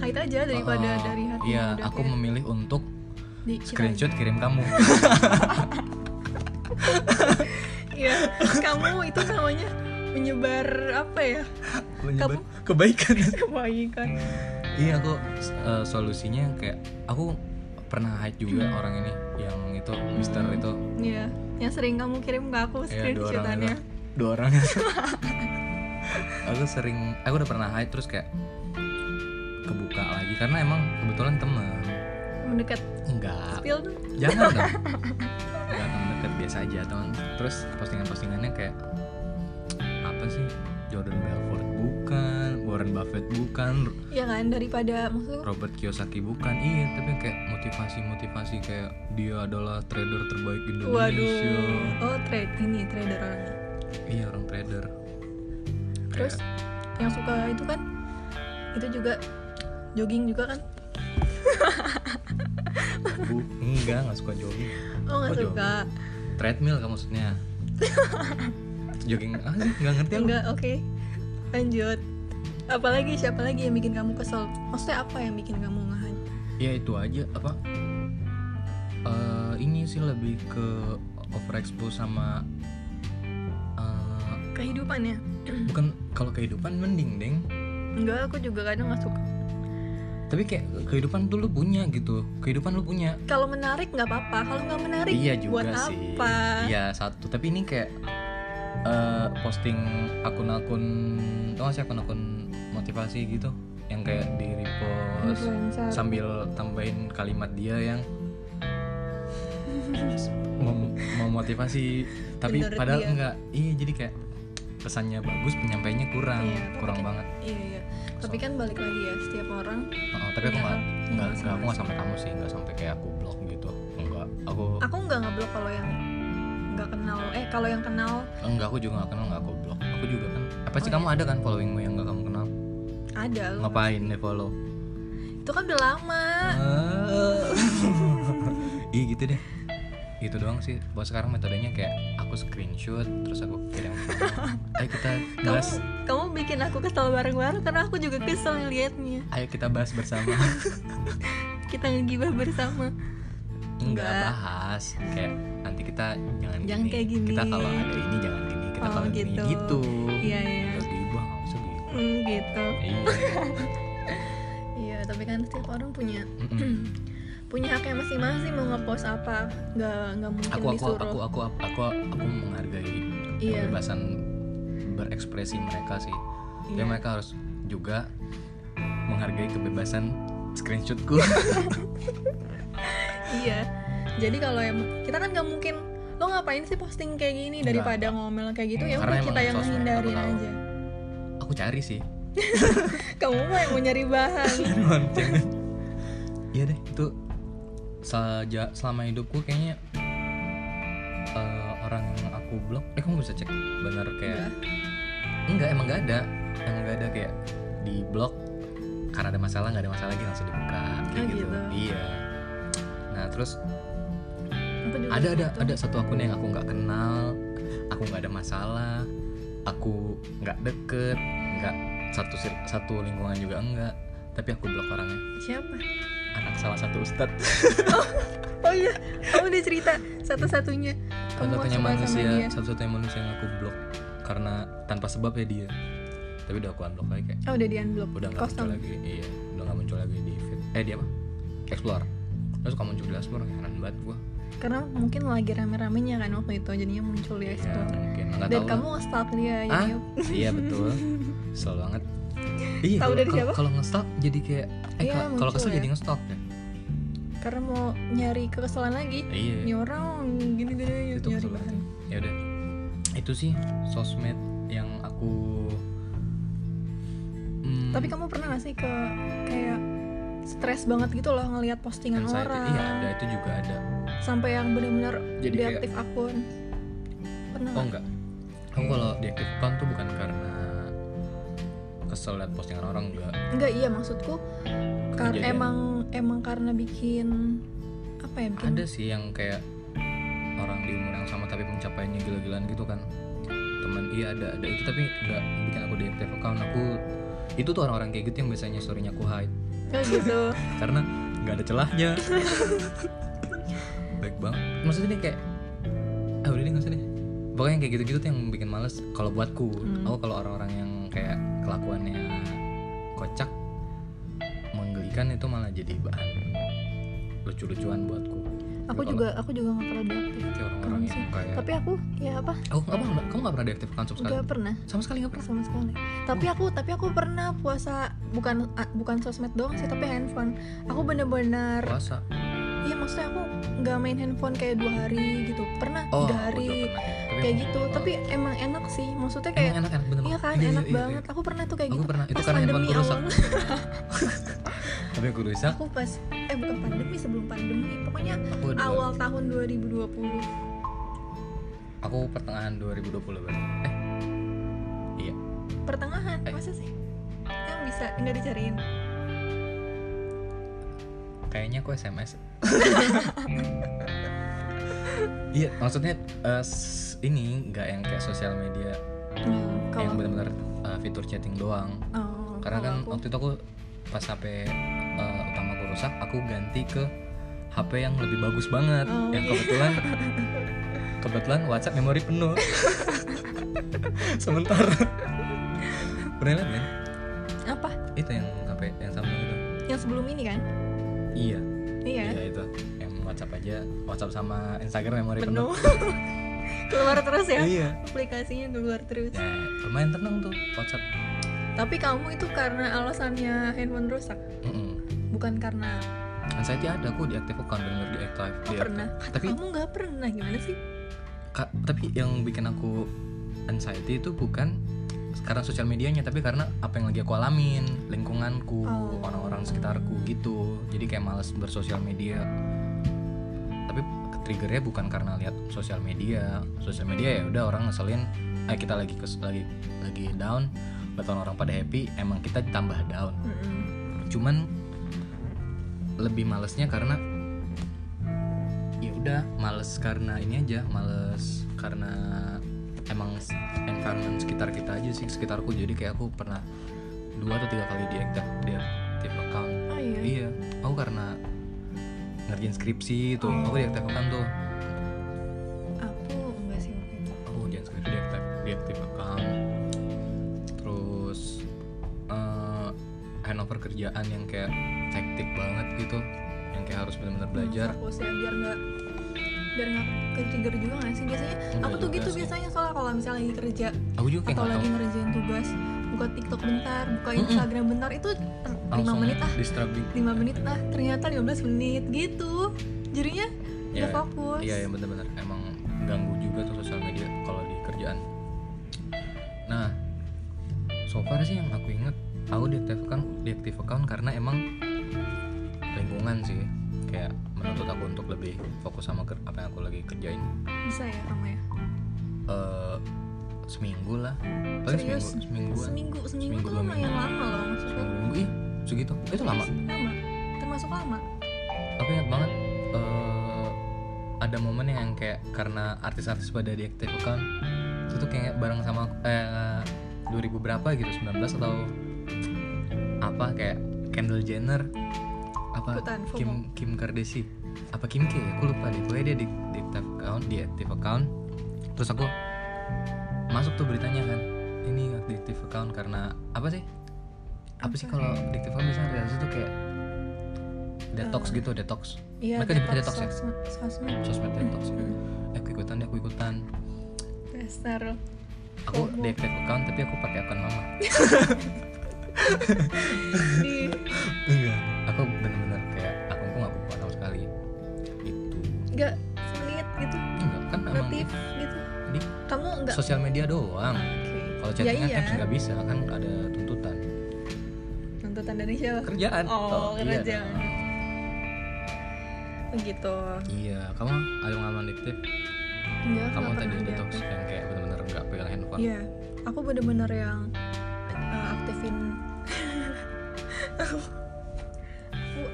Speaker 2: hide aja daripada
Speaker 1: Oh,
Speaker 2: dari hati
Speaker 1: iya aku memilih untuk
Speaker 2: di kita
Speaker 1: screenshot kirim kamu
Speaker 2: aja. Iya, kamu itu namanya menyebar apa ya?
Speaker 1: menyebar kebaikan
Speaker 2: Kebaikan.
Speaker 1: iya aku eh, solusinya kayak aku pernah hide juga orang ini yang itu Mister
Speaker 2: Hmm.
Speaker 1: itu
Speaker 2: Iya, yang sering kamu kirim ke aku
Speaker 1: ya dua orang itu
Speaker 2: screenshotannya.
Speaker 1: dua orang itu. aku sering aku udah pernah hide terus kayak kebuka lagi karena emang kebetulan temen
Speaker 2: Mendekat
Speaker 1: enggak
Speaker 2: spill dong.
Speaker 1: jangan dong enggak temen deket biasa aja teman terus postingan-postingannya kayak apa sih Jordan Belfort bukan Warren Buffett bukan
Speaker 2: ya kan daripada maksudnya
Speaker 1: Robert Kiyosaki bukan iya tapi kayak motivasi-motivasi kayak dia adalah trader terbaik di Indonesia
Speaker 2: waduh oh trade ini trader orangnya
Speaker 1: iya orang trader
Speaker 2: terus
Speaker 1: Kayak-
Speaker 2: yang suka itu kan itu juga jogging juga kan
Speaker 1: Bu, enggak nggak suka jogging
Speaker 2: oh nggak
Speaker 1: Oh, jogging.
Speaker 2: suka
Speaker 1: treadmill kamu maksudnya jogging ah sih nggak ngerti aku
Speaker 2: enggak oke lanjut apalagi siapa lagi yang bikin kamu kesel maksudnya apa yang bikin kamu ngahan
Speaker 1: ya itu aja apa eh, ini sih lebih ke overexpose sama eh,
Speaker 2: kehidupannya
Speaker 1: bukan kalau kehidupan mending deng
Speaker 2: enggak aku juga kadang nggak suka
Speaker 1: tapi kayak kehidupan tuh lu punya gitu kehidupan lu punya
Speaker 2: kalau menarik nggak apa-apa kalau nggak menarik
Speaker 1: iya juga
Speaker 2: buat
Speaker 1: sih
Speaker 2: apa
Speaker 1: iya satu tapi ini kayak eh, posting akun-akun tau gak sih akun-akun motivasi gitu yang kayak di repost
Speaker 2: Influencer.
Speaker 1: sambil tambahin kalimat dia yang mem- memotivasi tapi
Speaker 2: Menurut
Speaker 1: padahal
Speaker 2: dia.
Speaker 1: enggak iya jadi kayak pesannya bagus penyampaiannya kurang
Speaker 2: Iya, tapi
Speaker 1: kurang
Speaker 2: kayak-
Speaker 1: banget
Speaker 2: iya iya tapi kan balik lagi ya setiap orang ya,
Speaker 1: Oh, tapi aku
Speaker 2: punya
Speaker 1: nggak
Speaker 2: hal- punya
Speaker 1: nggak nggak- aku
Speaker 2: masing-masing.
Speaker 1: nggak sampai kamu sih nggak sampai kayak aku blok gitu enggak aku
Speaker 2: aku nggak ngeblok kalau yang nggak kenal eh kalau yang kenal
Speaker 1: Enggak, aku juga gak kenal, gak aku blok Aku juga kan Apa sih
Speaker 2: Oh,
Speaker 1: kamu ada kan followingmu yang gak kamu kenal?
Speaker 2: ada loh
Speaker 1: Ngapain nih follow?
Speaker 2: itu kan udah lama
Speaker 1: Iya gitu deh Gitu doang sih Buat sekarang metodenya kayak Aku screenshot Terus aku kirim Ayo kita
Speaker 2: kamu
Speaker 1: bahas
Speaker 2: kamu bikin aku kesel bareng-bareng karena aku juga kesel ngeliatnya
Speaker 1: Ayo kita bahas bersama
Speaker 2: kita ngegibah bersama
Speaker 1: Enggak
Speaker 2: Enggak.
Speaker 1: bahas Kayak nanti kita jangan,
Speaker 2: Jangan
Speaker 1: gini.
Speaker 2: kayak gini.
Speaker 1: Kita kalau ada ini jangan gini Kita
Speaker 2: Oh,
Speaker 1: kalau ada
Speaker 2: gitu.
Speaker 1: ini gitu
Speaker 2: iya iya
Speaker 1: Terus diubah gak usah gitu
Speaker 2: Hmm, gitu
Speaker 1: Iya
Speaker 2: iya tapi kan setiap orang punya
Speaker 1: Mm-mm.
Speaker 2: punya haknya masing-masing mau ngepost apa nggak nggak mungkin
Speaker 1: aku aku
Speaker 2: disuruh
Speaker 1: aku aku aku aku menghargai
Speaker 2: Iya.
Speaker 1: kebebasan berekspresi mereka sih. Tapi
Speaker 2: Iya.
Speaker 1: mereka harus juga menghargai kebebasan screenshotku.
Speaker 2: iya jadi kalau yang kita kan nggak mungkin lo ngapain sih posting kayak gini
Speaker 1: Enggak,
Speaker 2: daripada ngomel kayak gitu ya udah
Speaker 1: Karena emang
Speaker 2: kita yang
Speaker 1: sosmed,
Speaker 2: hindari
Speaker 1: aku tahu.
Speaker 2: aja
Speaker 1: aku cari sih.
Speaker 2: kamu mah yang mau nyari bahan
Speaker 1: Jangan, jangan. Iya deh, itu saja selama hidupku kayaknya eh, orang yang aku blok. Eh kamu bisa cek bener kayak enggak emang enggak ada. Emang enggak ada kayak di blok karena ada masalah nggak ada masalah lagi langsung dibuka kayak
Speaker 2: Oh,
Speaker 1: gitu.
Speaker 2: gitu.
Speaker 1: Iya. Nah, terus
Speaker 2: Aku juga
Speaker 1: ada ada
Speaker 2: gitu.
Speaker 1: ada satu akun yang aku nggak kenal aku nggak ada masalah aku nggak deket nggak satu sir- satu lingkungan juga enggak tapi aku blok orangnya
Speaker 2: siapa
Speaker 1: anak salah satu ustadz
Speaker 2: oh iya kamu udah cerita satu-satunya kamu
Speaker 1: satu
Speaker 2: suka
Speaker 1: satunya
Speaker 2: sama
Speaker 1: manusia
Speaker 2: dia.
Speaker 1: satu satunya manusia yang aku blok karena tanpa sebab ya dia tapi udah aku unblock lagi kayak
Speaker 2: oh udah di unblock
Speaker 1: udah nggak muncul
Speaker 2: kosong
Speaker 1: lagi iya udah nggak muncul lagi di feed eh dia apa explore terus kamu muncul di explore heran banget gua
Speaker 2: karena mungkin lagi rame-ramenya kan waktu itu jadinya muncul di
Speaker 1: ya,
Speaker 2: explore
Speaker 1: mungkin nggak
Speaker 2: dan
Speaker 1: tahu lah.
Speaker 2: kamu nge-stalk dia ya,
Speaker 1: Ah,
Speaker 2: jadi
Speaker 1: iya betul. Kesel banget. Iya,
Speaker 2: Tahu
Speaker 1: kalau-
Speaker 2: dari
Speaker 1: kalau-
Speaker 2: siapa?
Speaker 1: Kalau ngestalk jadi kayak eh
Speaker 2: Iya,
Speaker 1: kalau- kalau
Speaker 2: muncul
Speaker 1: kesel
Speaker 2: ya.
Speaker 1: jadi ngestalk ya.
Speaker 2: karena mau nyari kekesalan lagi
Speaker 1: Iya.
Speaker 2: ini orang gini gini nyari
Speaker 1: Itu kesel banget.
Speaker 2: bahan
Speaker 1: Ya udah. Itu sih sosmed yang aku Hmm,
Speaker 2: tapi kamu pernah gak sih ke kayak stres banget gitu loh ngelihat postingan
Speaker 1: anxiety-
Speaker 2: orang
Speaker 1: Iya, ada itu juga ada.
Speaker 2: sampai yang benar-benar
Speaker 1: Jadi kayak-
Speaker 2: deaktif akun pernah
Speaker 1: Oh
Speaker 2: nggak?
Speaker 1: enggak.
Speaker 2: Iya.
Speaker 1: Aku kalau diaktifkan tuh bukan karena kesel liat postingan orang enggak.
Speaker 2: enggak iya maksudku karena
Speaker 1: Kejadian.
Speaker 2: emang emang karena bikin apa ya bikin
Speaker 1: Ada sih yang kayak orang di umur yang sama tapi pencapaiannya gila-gilaan gitu kan. Teman iya ada ada itu tapi nggak bikin aku deactive account aku itu tuh orang-orang kayak gitu yang biasanya story-nya aku hide
Speaker 2: Oh, gitu
Speaker 1: karena nggak ada celahnya. Baik banget. Maksudnya ini kayak ah udah deh nggak usah deh. Pokoknya yang kayak gitu-gitu tuh yang bikin males kalau buatku.
Speaker 2: Hmm.
Speaker 1: Aku kalau orang-orang yang kayak kelakuannya kocak menggelikan itu malah jadi bahan lucu-lucuan buatku.
Speaker 2: aku
Speaker 1: Kalau-
Speaker 2: juga aku juga nggak terlalu deaktif
Speaker 1: Kayak orang-orang
Speaker 2: Keren sih.
Speaker 1: yang kayak
Speaker 2: tapi aku ya apa
Speaker 1: Oh, apa enggak? Kamu nggak pernah deaktifkan sama sekali?
Speaker 2: nggak pernah
Speaker 1: Sama sekali nggak pernah.
Speaker 2: sama sekali tapi aku tapi aku pernah puasa bukan a- bukan sosmed doang sih tapi handphone aku bener-bener
Speaker 1: Puasa.
Speaker 2: iya maksudnya aku nggak main handphone kayak dua hari gitu pernah tiga
Speaker 1: Oh, aku juga
Speaker 2: hari
Speaker 1: pernah ya. Tapi
Speaker 2: kayak
Speaker 1: emang-
Speaker 2: gitu tapi emang enak sih maksudnya
Speaker 1: emang
Speaker 2: kayak
Speaker 1: enak enak bener
Speaker 2: iya kan
Speaker 1: Iya, iya,
Speaker 2: enak
Speaker 1: iya, iya.
Speaker 2: banget aku pernah tuh kayak
Speaker 1: Aku
Speaker 2: gitu
Speaker 1: pernah, itu
Speaker 2: pas
Speaker 1: karena handphone
Speaker 2: pandemi
Speaker 1: ku rusak.
Speaker 2: awal
Speaker 1: Tapi aku rusak.
Speaker 2: aku pas eh bukan pandemi sebelum pandemi pokoknya
Speaker 1: Aku dua-
Speaker 2: awal tahun 2020
Speaker 1: Aku pertengahan 2020 berarti. Eh,
Speaker 2: pertengahan
Speaker 1: Eh.
Speaker 2: masa sih yang bisa nggak dicariin
Speaker 1: kayaknya aku SMS. Iya, maksudnya eh, s- ini nggak yang kayak sosial media yang
Speaker 2: kalau
Speaker 1: benar-benar eh, fitur chatting doang.
Speaker 2: oh,
Speaker 1: Karena
Speaker 2: kalau
Speaker 1: kan
Speaker 2: aku-
Speaker 1: waktu itu aku pas HP eh, utamaku rusak, aku ganti ke HP yang lebih bagus banget,
Speaker 2: Oh,
Speaker 1: yang
Speaker 2: iya.
Speaker 1: kebetulan kebetulan WhatsApp memori penuh. Sebentar. Pernah lihat kan?
Speaker 2: apa
Speaker 1: Itu yang HP yang sama itu.
Speaker 2: yang sebelum ini kan
Speaker 1: Iya,
Speaker 2: iya
Speaker 1: iya itu. Yang WhatsApp aja, WhatsApp sama Instagram memori penuh.
Speaker 2: penuh keluar terus ya
Speaker 1: Iya.
Speaker 2: aplikasinya keluar terus
Speaker 1: Ya, lumayan tenang tuh WhatsApp.
Speaker 2: tapi kamu itu karena alasannya handphone rusak
Speaker 1: Mm-mm.
Speaker 2: bukan karena
Speaker 1: Anxiety ada aku diaktif account bener di active.
Speaker 2: oh, pernah
Speaker 1: Iya. Tapi
Speaker 2: kamu nggak pernah gimana sih
Speaker 1: Ka- tapi yang bikin aku anxiety itu bukan karena sosial medianya tapi karena apa yang lagi aku alamin lingkunganku
Speaker 2: Oh.
Speaker 1: orang-orang sekitarku gitu jadi kayak males bersosial media tapi triggernya bukan karena lihat sosial media sosial media ya udah orang ngeselin eh kita lagi kes- lagi lagi down beton orang pada happy emang kita tambah down
Speaker 2: Mm-mm.
Speaker 1: cuman lebih malesnya karena ya udah males karena ini aja males karena emang s- environment sekitar kita aja sih sekitarku jadi kayak aku pernah dua atau tiga kali diaktif diaktif account
Speaker 2: oh iya
Speaker 1: iya aku karena ngerjain skripsi tuh aku diaktif account tuh
Speaker 2: aku enggak sih waktu itu
Speaker 1: aku ngerjain skripsi diaktif diaktif account terus eh, handover kerjaan yang kayak hektik banget gitu yang kayak harus benar-benar belajar
Speaker 2: fokus ya biar nggak biar nggak ke trigger juga nggak sih biasanya
Speaker 1: Enggak
Speaker 2: aku tuh
Speaker 1: juga
Speaker 2: gitu
Speaker 1: sih.
Speaker 2: biasanya soalnya kalau misalnya lagi kerja
Speaker 1: aku juga kayak
Speaker 2: atau
Speaker 1: iya, nggak tahu
Speaker 2: lagi ngerjain tugas buka tiktok bentar buka
Speaker 1: Mm-mm.
Speaker 2: instagram bentar itu 5
Speaker 1: langsung ya.
Speaker 2: menit ah
Speaker 1: distraction.
Speaker 2: 5 menit ah ternyata 15 menit gitu jadinya
Speaker 1: Ya,
Speaker 2: nggak fokus
Speaker 1: Iya ya benar-benar emang ganggu juga tuh sosial media kalau di kerjaan. Nah, so far sih yang aku inget, aku diaktif account, diaktif account karena emang lingkungan sih kayak menuntut aku untuk lebih fokus sama ker- apa yang aku lagi kerjain
Speaker 2: bisa ya kamu ya
Speaker 1: Eh, seminggu lah paling
Speaker 2: Serius?
Speaker 1: seminggu semingguan
Speaker 2: seminggu seminggu,
Speaker 1: Seminggu,
Speaker 2: tuh
Speaker 1: dua
Speaker 2: lumayan lama loh maksudnya
Speaker 1: seminggu minggu ih segitu itu lama
Speaker 2: lama termasuk lama
Speaker 1: aku ingat banget eh, ada momen yang kayak karena artis-artis pada diaktifkan itu tuh kayak bareng sama eh, 2000 berapa gitu 19 atau apa kayak Kendall Jenner apa
Speaker 2: Ikutan, FOMO.
Speaker 1: Kim Kim Kardashian apa Kim K ya? aku lupa deh pokoknya dia di, di active account di active account terus aku masuk tuh beritanya kan ini di active account karena apa sih apa sih kalau di active account biasanya realisasi tuh kayak detox gitu detox
Speaker 2: iya
Speaker 1: Mereka nyebutnya detox ya?
Speaker 2: sosmed, sosmed.
Speaker 1: sosmed detox
Speaker 2: Mm-mm.
Speaker 1: eh aku ikutan deh aku ikutan
Speaker 2: dasar lo.
Speaker 1: aku
Speaker 2: Fomo.
Speaker 1: deactive account tapi aku pakai akun mama
Speaker 2: di Iya.
Speaker 1: enggak aku bener-bener kayak akunku nggak aku buka sama sekali itu
Speaker 2: nggak sulit gitu
Speaker 1: enggak kan emang
Speaker 2: notif gitu
Speaker 1: di-
Speaker 2: kamu nggak
Speaker 1: sosial media doang
Speaker 2: Oke.
Speaker 1: kalau
Speaker 2: ya
Speaker 1: chattingan
Speaker 2: iya
Speaker 1: apps nggak bisa kan ada tuntutan
Speaker 2: tuntutan dari siapa
Speaker 1: kerjaan
Speaker 2: Oh,
Speaker 1: iya
Speaker 2: kerjaan.
Speaker 1: dong.
Speaker 2: begitu
Speaker 1: iya kamu ada pengalaman deaktif
Speaker 2: enggak
Speaker 1: kamu
Speaker 2: nggak
Speaker 1: tadi
Speaker 2: pernah
Speaker 1: detox
Speaker 2: diaktif.
Speaker 1: yang kayak bener-bener nggak pegang handphone
Speaker 2: Iya, aku bener-bener yang uh, aktifin aku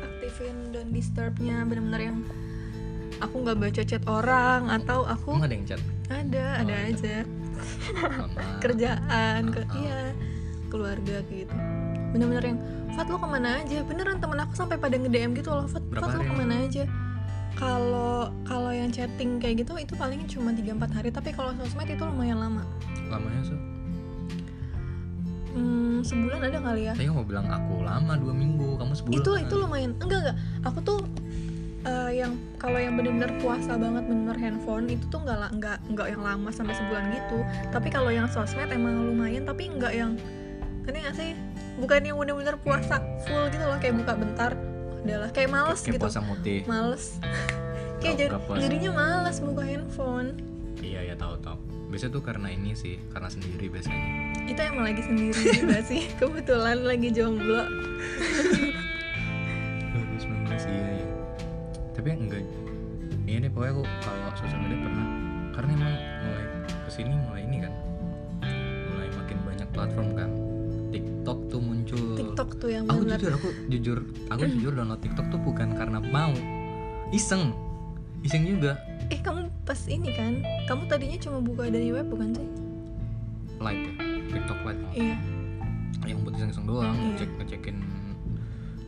Speaker 2: aktifin don't disturb-nya bener-bener yang aku nggak baca chat orang atau aku
Speaker 1: Emang ada yang chat
Speaker 2: ada ada
Speaker 1: Oh,
Speaker 2: aja
Speaker 1: sama
Speaker 2: kerjaan ke
Speaker 1: Ah, ah.
Speaker 2: iya keluarga kayak gitu bener-bener yang Fat lo kemana aja beneran temen aku sampai pada nge DM gitu loh Fat,
Speaker 1: Berapa
Speaker 2: Fat lo
Speaker 1: hari
Speaker 2: kemana aja kalau kalau yang chatting kayak gitu itu paling cuma 3-4 hari tapi kalau sosmed itu lumayan lama
Speaker 1: lamanya so
Speaker 2: hmm, sebulan ada kali ya
Speaker 1: tadi kamu bilang aku lama dua minggu kamu sebulan
Speaker 2: itu itu lumayan enggak enggak aku tuh eh, yang kalau yang bener-bener puasa banget bener handphone itu tuh enggak la- enggak enggak yang lama sampai sebulan gitu tapi kalau yang sosmed emang lumayan tapi enggak yang ini nggak sih bukan yang bener-bener puasa full gitu loh kayak buka bentar udahlah kayak males
Speaker 1: kayak
Speaker 2: gitu
Speaker 1: puasa putih
Speaker 2: males kayak
Speaker 1: Nggak-
Speaker 2: jad-
Speaker 1: nggak puas.
Speaker 2: jadinya males buka handphone
Speaker 1: iya ya tahu tahu biasanya tuh karena ini sih karena sendiri biasanya
Speaker 2: itu emang lagi sendiri juga sih kebetulan lagi jomblo
Speaker 1: 2019 iya ya tapi enggak iya deh pokoknya aku kalau sosial media pernah karena emang mulai kesini mulai ini kan mulai makin banyak platform kan TikTok tuh muncul
Speaker 2: TikTok tuh yang
Speaker 1: aku
Speaker 2: bener Hmm.
Speaker 1: jujur aku jujur aku jujur download TikTok tuh bukan karena mau iseng iseng juga
Speaker 2: eh kamu pas ini kan kamu tadinya cuma buka dari web bukan sih
Speaker 1: live ya TikTok live
Speaker 2: iya
Speaker 1: yang buat iseng iseng doang
Speaker 2: Iya.
Speaker 1: cek ngecekin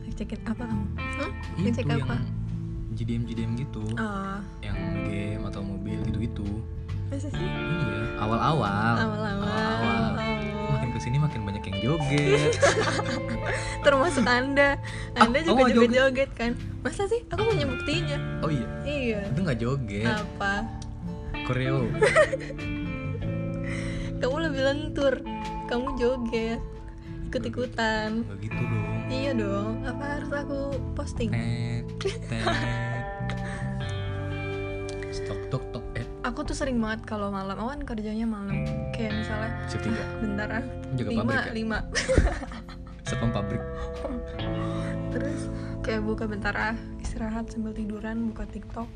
Speaker 2: ngecekin apa kamu Hah?
Speaker 1: itu
Speaker 2: ngecek
Speaker 1: yang
Speaker 2: apa
Speaker 1: JDM JDM gitu
Speaker 2: ah
Speaker 1: yang game atau mobil gitu gitu
Speaker 2: masa sih
Speaker 1: iya awal Ah, awal
Speaker 2: awal-awal Oh.
Speaker 1: makin kesini makin banyak yang joget
Speaker 2: termasuk anda
Speaker 1: Ah,
Speaker 2: anda
Speaker 1: kamu
Speaker 2: juga
Speaker 1: nggak
Speaker 2: joget joget kan masa sih aku punya buktinya
Speaker 1: oh iya
Speaker 2: iya
Speaker 1: itu nggak joget
Speaker 2: apa
Speaker 1: koreo
Speaker 2: kamu lebih lentur kamu joget ikut ikutan
Speaker 1: nggak gitu dong
Speaker 2: iya dong apa harus aku posting
Speaker 1: tet tet stok tok tok eh
Speaker 2: aku tuh sering banget kalau malam awan kerjanya malam kayak misalnya
Speaker 1: shift tiga
Speaker 2: bentar ah
Speaker 1: juga
Speaker 2: lima
Speaker 1: pabrik ya
Speaker 2: lima
Speaker 1: satpam pabrik
Speaker 2: terus kayak buka bentar ah istirahat sambil tiduran buka tiktok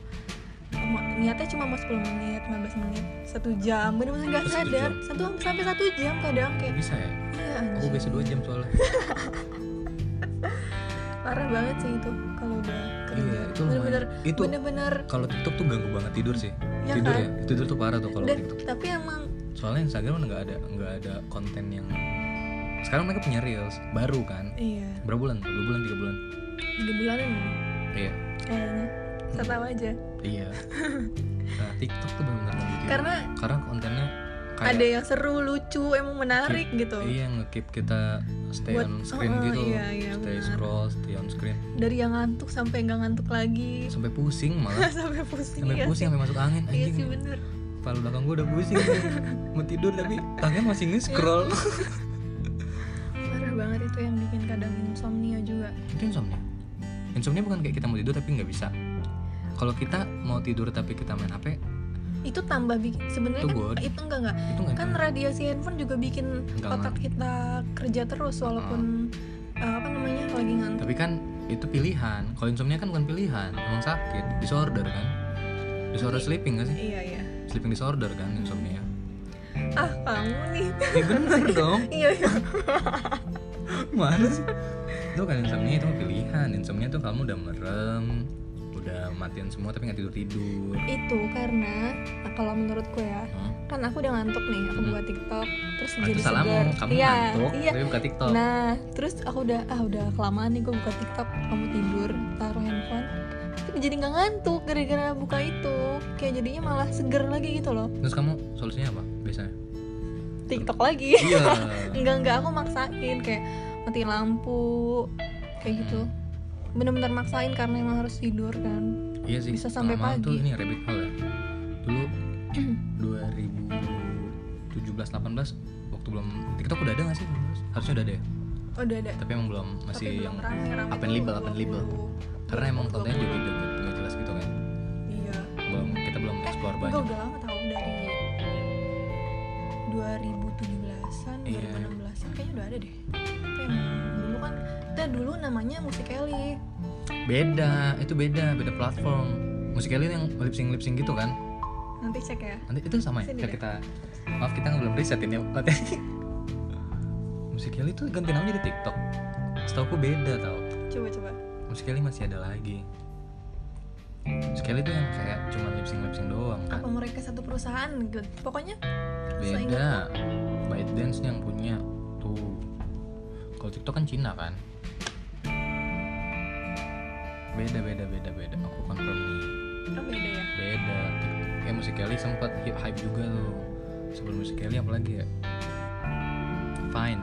Speaker 2: Mau- niatnya cuma mau 10 menit 15 menit satu jam bener-bener gak
Speaker 1: Satu
Speaker 2: sadar
Speaker 1: jam.
Speaker 2: satu sampai satu jam kadang kayak
Speaker 1: bisa ya
Speaker 2: iya
Speaker 1: aku
Speaker 2: anjing
Speaker 1: biasa dua jam soalnya
Speaker 2: parah banget sih itu kalau udah kerja
Speaker 1: iya itu
Speaker 2: bener-bener
Speaker 1: lumayan itu
Speaker 2: bener-bener
Speaker 1: kalau TikTok tuh ganggu banget tidur sih
Speaker 2: ya
Speaker 1: tidur
Speaker 2: kan
Speaker 1: ya tidur tuh parah tuh kalau gitu.
Speaker 2: Dan,
Speaker 1: TikTok
Speaker 2: tapi emang
Speaker 1: soalnya Instagram kan nggak ada nggak ada konten yang sekarang mereka punya reels baru kan
Speaker 2: iya
Speaker 1: berapa bulan dua bulan tiga bulan
Speaker 2: tiga bulanan ya,
Speaker 1: iya
Speaker 2: kayaknya saya tahu aja
Speaker 1: iya nah, TikTok tuh benar-benar nggak gitu
Speaker 2: karena
Speaker 1: karena kontennya kayak
Speaker 2: ada yang seru lucu emang menarik gitu
Speaker 1: iya ngekeep kita stay
Speaker 2: Buat-
Speaker 1: on screen
Speaker 2: oh, oh,
Speaker 1: gitu
Speaker 2: iya, iya,
Speaker 1: stay
Speaker 2: benar.
Speaker 1: scroll stay on screen
Speaker 2: dari yang ngantuk sampai nggak ngantuk lagi
Speaker 1: sampai pusing malah
Speaker 2: sampai pusing
Speaker 1: sampai
Speaker 2: ya
Speaker 1: pusing sampai masuk angin
Speaker 2: iya sih
Speaker 1: anjing
Speaker 2: bener
Speaker 1: kepala belakang gue udah pusing mau tidur tapi tangan masih nge-scroll
Speaker 2: Iya. parah banget itu yang bikin kadang insomnia juga
Speaker 1: itu insomnia insomnia bukan kayak kita mau tidur tapi nggak bisa kalau kita mau tidur tapi kita main HP
Speaker 2: itu tambah bikin sebenarnya
Speaker 1: Itu
Speaker 2: kan
Speaker 1: gua-
Speaker 2: itu enggak enggak
Speaker 1: itu nggak
Speaker 2: kan
Speaker 1: nyaman.
Speaker 2: radiasi handphone juga bikin
Speaker 1: Enggak, Ah.
Speaker 2: otak kita kerja terus walaupun eh, apa namanya lagi ngantuk
Speaker 1: tapi kan itu pilihan kalau insomnia kan bukan pilihan emang sakit disorder kan disorder
Speaker 2: Tapi-
Speaker 1: sleeping nggak sih
Speaker 2: iya iya
Speaker 1: sleeping disorder kan insomnia
Speaker 2: ah kamu nih
Speaker 1: ya bener dong
Speaker 2: iya iya
Speaker 1: Mana sih? Itu kan insomnia itu pilihan. Insomnia tuh kamu udah merem, udah matiin semua tapi nggak tidur tidur.
Speaker 2: itu karena nah, kalau menurutku ya kan aku udah ngantuk nih aku
Speaker 1: Hmm.
Speaker 2: buka tiktok terus
Speaker 1: Itu
Speaker 2: jadi
Speaker 1: salam
Speaker 2: segar
Speaker 1: kamu
Speaker 2: iya
Speaker 1: ngantuk,
Speaker 2: iya
Speaker 1: tapi buka TikTok.
Speaker 2: Nah, terus aku udah ah udah kelamaan nih gue buka TikTok, kamu tidur, taruh handphone. Tapi jadi nggak ngantuk gara-gara buka itu. Kayak jadinya malah seger lagi gitu loh.
Speaker 1: Terus kamu solusinya apa biasanya?
Speaker 2: TikTok lagi.
Speaker 1: Iya.
Speaker 2: Enggak enggak aku maksain kayak mati lampu kayak gitu. Bener-bener maksain karena emang harus tidur kan.
Speaker 1: Iya sih.
Speaker 2: Bisa sampai
Speaker 1: lama-lama tuh
Speaker 2: pagi.
Speaker 1: ini rabbit hole ya. Dulu 2017 18 waktu belum TikTok udah ada nggak sih? Harusnya udah ada ya.
Speaker 2: Udah ada.
Speaker 1: Tapi emang belum masih
Speaker 2: Tapi belum
Speaker 1: yang
Speaker 2: rame, rame
Speaker 1: up and
Speaker 2: tuh
Speaker 1: label, up and label.
Speaker 2: 20.
Speaker 1: karena emang kontennya juga udah nggak jelas gitu kan.
Speaker 2: Iya.
Speaker 1: Belum kita belum
Speaker 2: Eh,
Speaker 1: explore
Speaker 2: enggak,
Speaker 1: banyak.
Speaker 2: udah lama tau dari 2017-an,
Speaker 1: Iya.
Speaker 2: 2016-an kayaknya udah ada deh. Tapi emang dulu kan kita dulu namanya Musikali.
Speaker 1: Beda, itu beda, beda platform. Musikalian yang lip sync lip sync gitu kan.
Speaker 2: Nanti cek ya.
Speaker 1: Nanti itu sama ya?
Speaker 2: Sini
Speaker 1: Ntar
Speaker 2: deh.
Speaker 1: kita maaf kita belum riset ini. Musikali itu ganti nama jadi TikTok. Setahu aku beda tau.
Speaker 2: Coba-coba.
Speaker 1: Musikali masih ada lagi. Musikali itu yang kayak cuma lip sync lip sync doang kan.
Speaker 2: Apa mereka satu perusahaan gitu. Pokoknya
Speaker 1: Beda. ByteDance yang punya tuh. Kalau TikTok kan Cina kan. Beda beda beda beda. Aku confirm nih.
Speaker 2: oh beda ya.
Speaker 1: beda kayak musikali sempat hip hype juga tuh sebelum musikali apalagi ya fine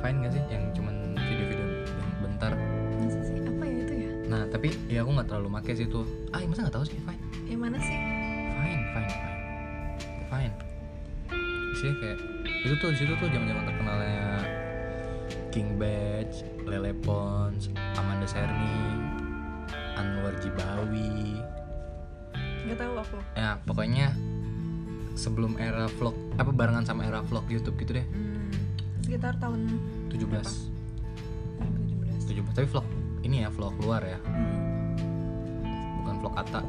Speaker 1: fine gak sih yang cuman video-video yang bentar
Speaker 2: Masa sih apa ya itu ya?
Speaker 1: nah tapi ya aku nggak terlalu make sih tuh ah ya masa nggak tahu sih fine
Speaker 2: Yang mana sih?
Speaker 1: fine fine fine fine sih kayak itu tuh di situ tuh zaman zaman terkenalnya King Batch, Lele Pons, Amanda Serni, Anwar Jibawi.
Speaker 2: nggak tahu aku
Speaker 1: Ya, pokoknya sebelum era vlog apa barengan sama era vlog YouTube gitu deh.
Speaker 2: Hmm, sekitar tahun
Speaker 1: 17.
Speaker 2: 2017
Speaker 1: 17. Tapi vlog ini ya vlog luar ya,
Speaker 2: Hmm.
Speaker 1: bukan vlog Ata.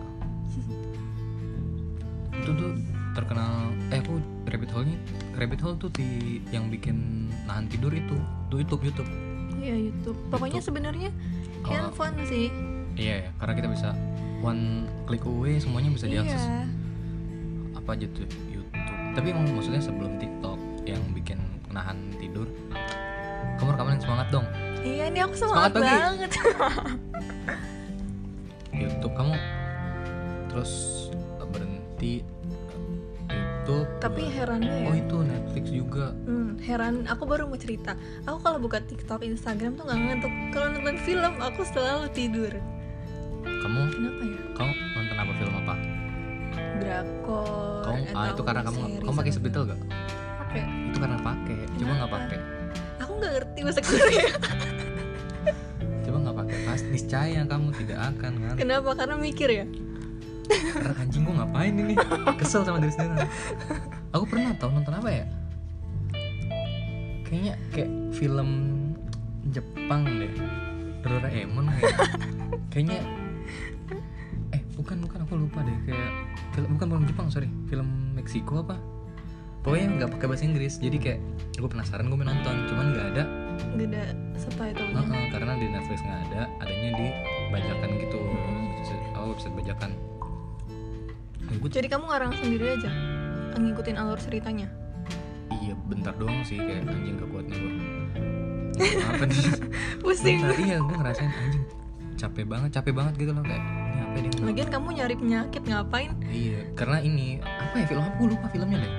Speaker 1: itu tuh terkenal eh aku rabbit hole nya rabbit hole tuh di yang bikin nahan tidur itu tuh YouTube YouTube
Speaker 2: iya YouTube pokoknya sebenarnya
Speaker 1: Kalau-
Speaker 2: handphone sih
Speaker 1: Iya, ya, karena kita bisa one click away semuanya bisa diakses
Speaker 2: iya
Speaker 1: apa aja tuh YouTube. Tapi emang maksudnya sebelum TikTok yang bikin nahan tidur. Kamu rekaman yang semangat dong.
Speaker 2: iya ini aku
Speaker 1: Semangat
Speaker 2: semangat,
Speaker 1: pagi.
Speaker 2: banget
Speaker 1: YouTube kamu terus berhenti YouTube.
Speaker 2: tapi herannya ya
Speaker 1: oh itu Netflix juga.
Speaker 2: Hmm, heran, aku baru mau cerita. Aku kalau buka TikTok, Instagram tuh nggak ngantuk. Kalau nonton film, aku selalu tidur.
Speaker 1: Kamu
Speaker 2: Kenapa ya?
Speaker 1: kamu nonton apa film apa?
Speaker 2: Drakor.
Speaker 1: Kamu ah,
Speaker 2: atau
Speaker 1: itu karena kamu
Speaker 2: series
Speaker 1: kamu pakai
Speaker 2: atau-
Speaker 1: subtitle gak?
Speaker 2: Pakai.
Speaker 1: Itu karena pakai. Coba nggak
Speaker 2: Kenapa?
Speaker 1: pakai.
Speaker 2: Aku nggak ngerti bahasa Korea.
Speaker 1: Coba nggak pakai. Pasti niscaya kamu tidak akan kan.
Speaker 2: Kenapa? Karena mikir ya.
Speaker 1: Karena anjing gue ngapain ini kesel sama diri sendiri aku pernah tau nonton apa ya kayaknya kayak film Jepang deh Doraemon kayak kayaknya eh bukan bukan aku lupa deh kayak film bukan film Jepang sorry film Meksiko apa pokoknya nggak pakai bahasa Inggris jadi kayak gue penasaran gue nonton cuman nggak ada
Speaker 2: Gak ada subtitlenya.
Speaker 1: Heeh, karena di Netflix nggak ada adanya di bajakan gitu oh website bajakan Ya, gua
Speaker 2: Jadi kamu ngarang sendiri aja. Ngikutin alur ceritanya.
Speaker 1: Iya bentar doang sih kayak anjing gak kuat nih gue Apa nih
Speaker 2: Pusing.
Speaker 1: Bentar, Iya gue ngerasain anjing Capek banget capek banget gitu loh kayak Ini apa nih
Speaker 2: Lagian kamu nyari penyakit ngapain?
Speaker 1: Iya karena ini Apa ya film apa gue lupa filmnya deh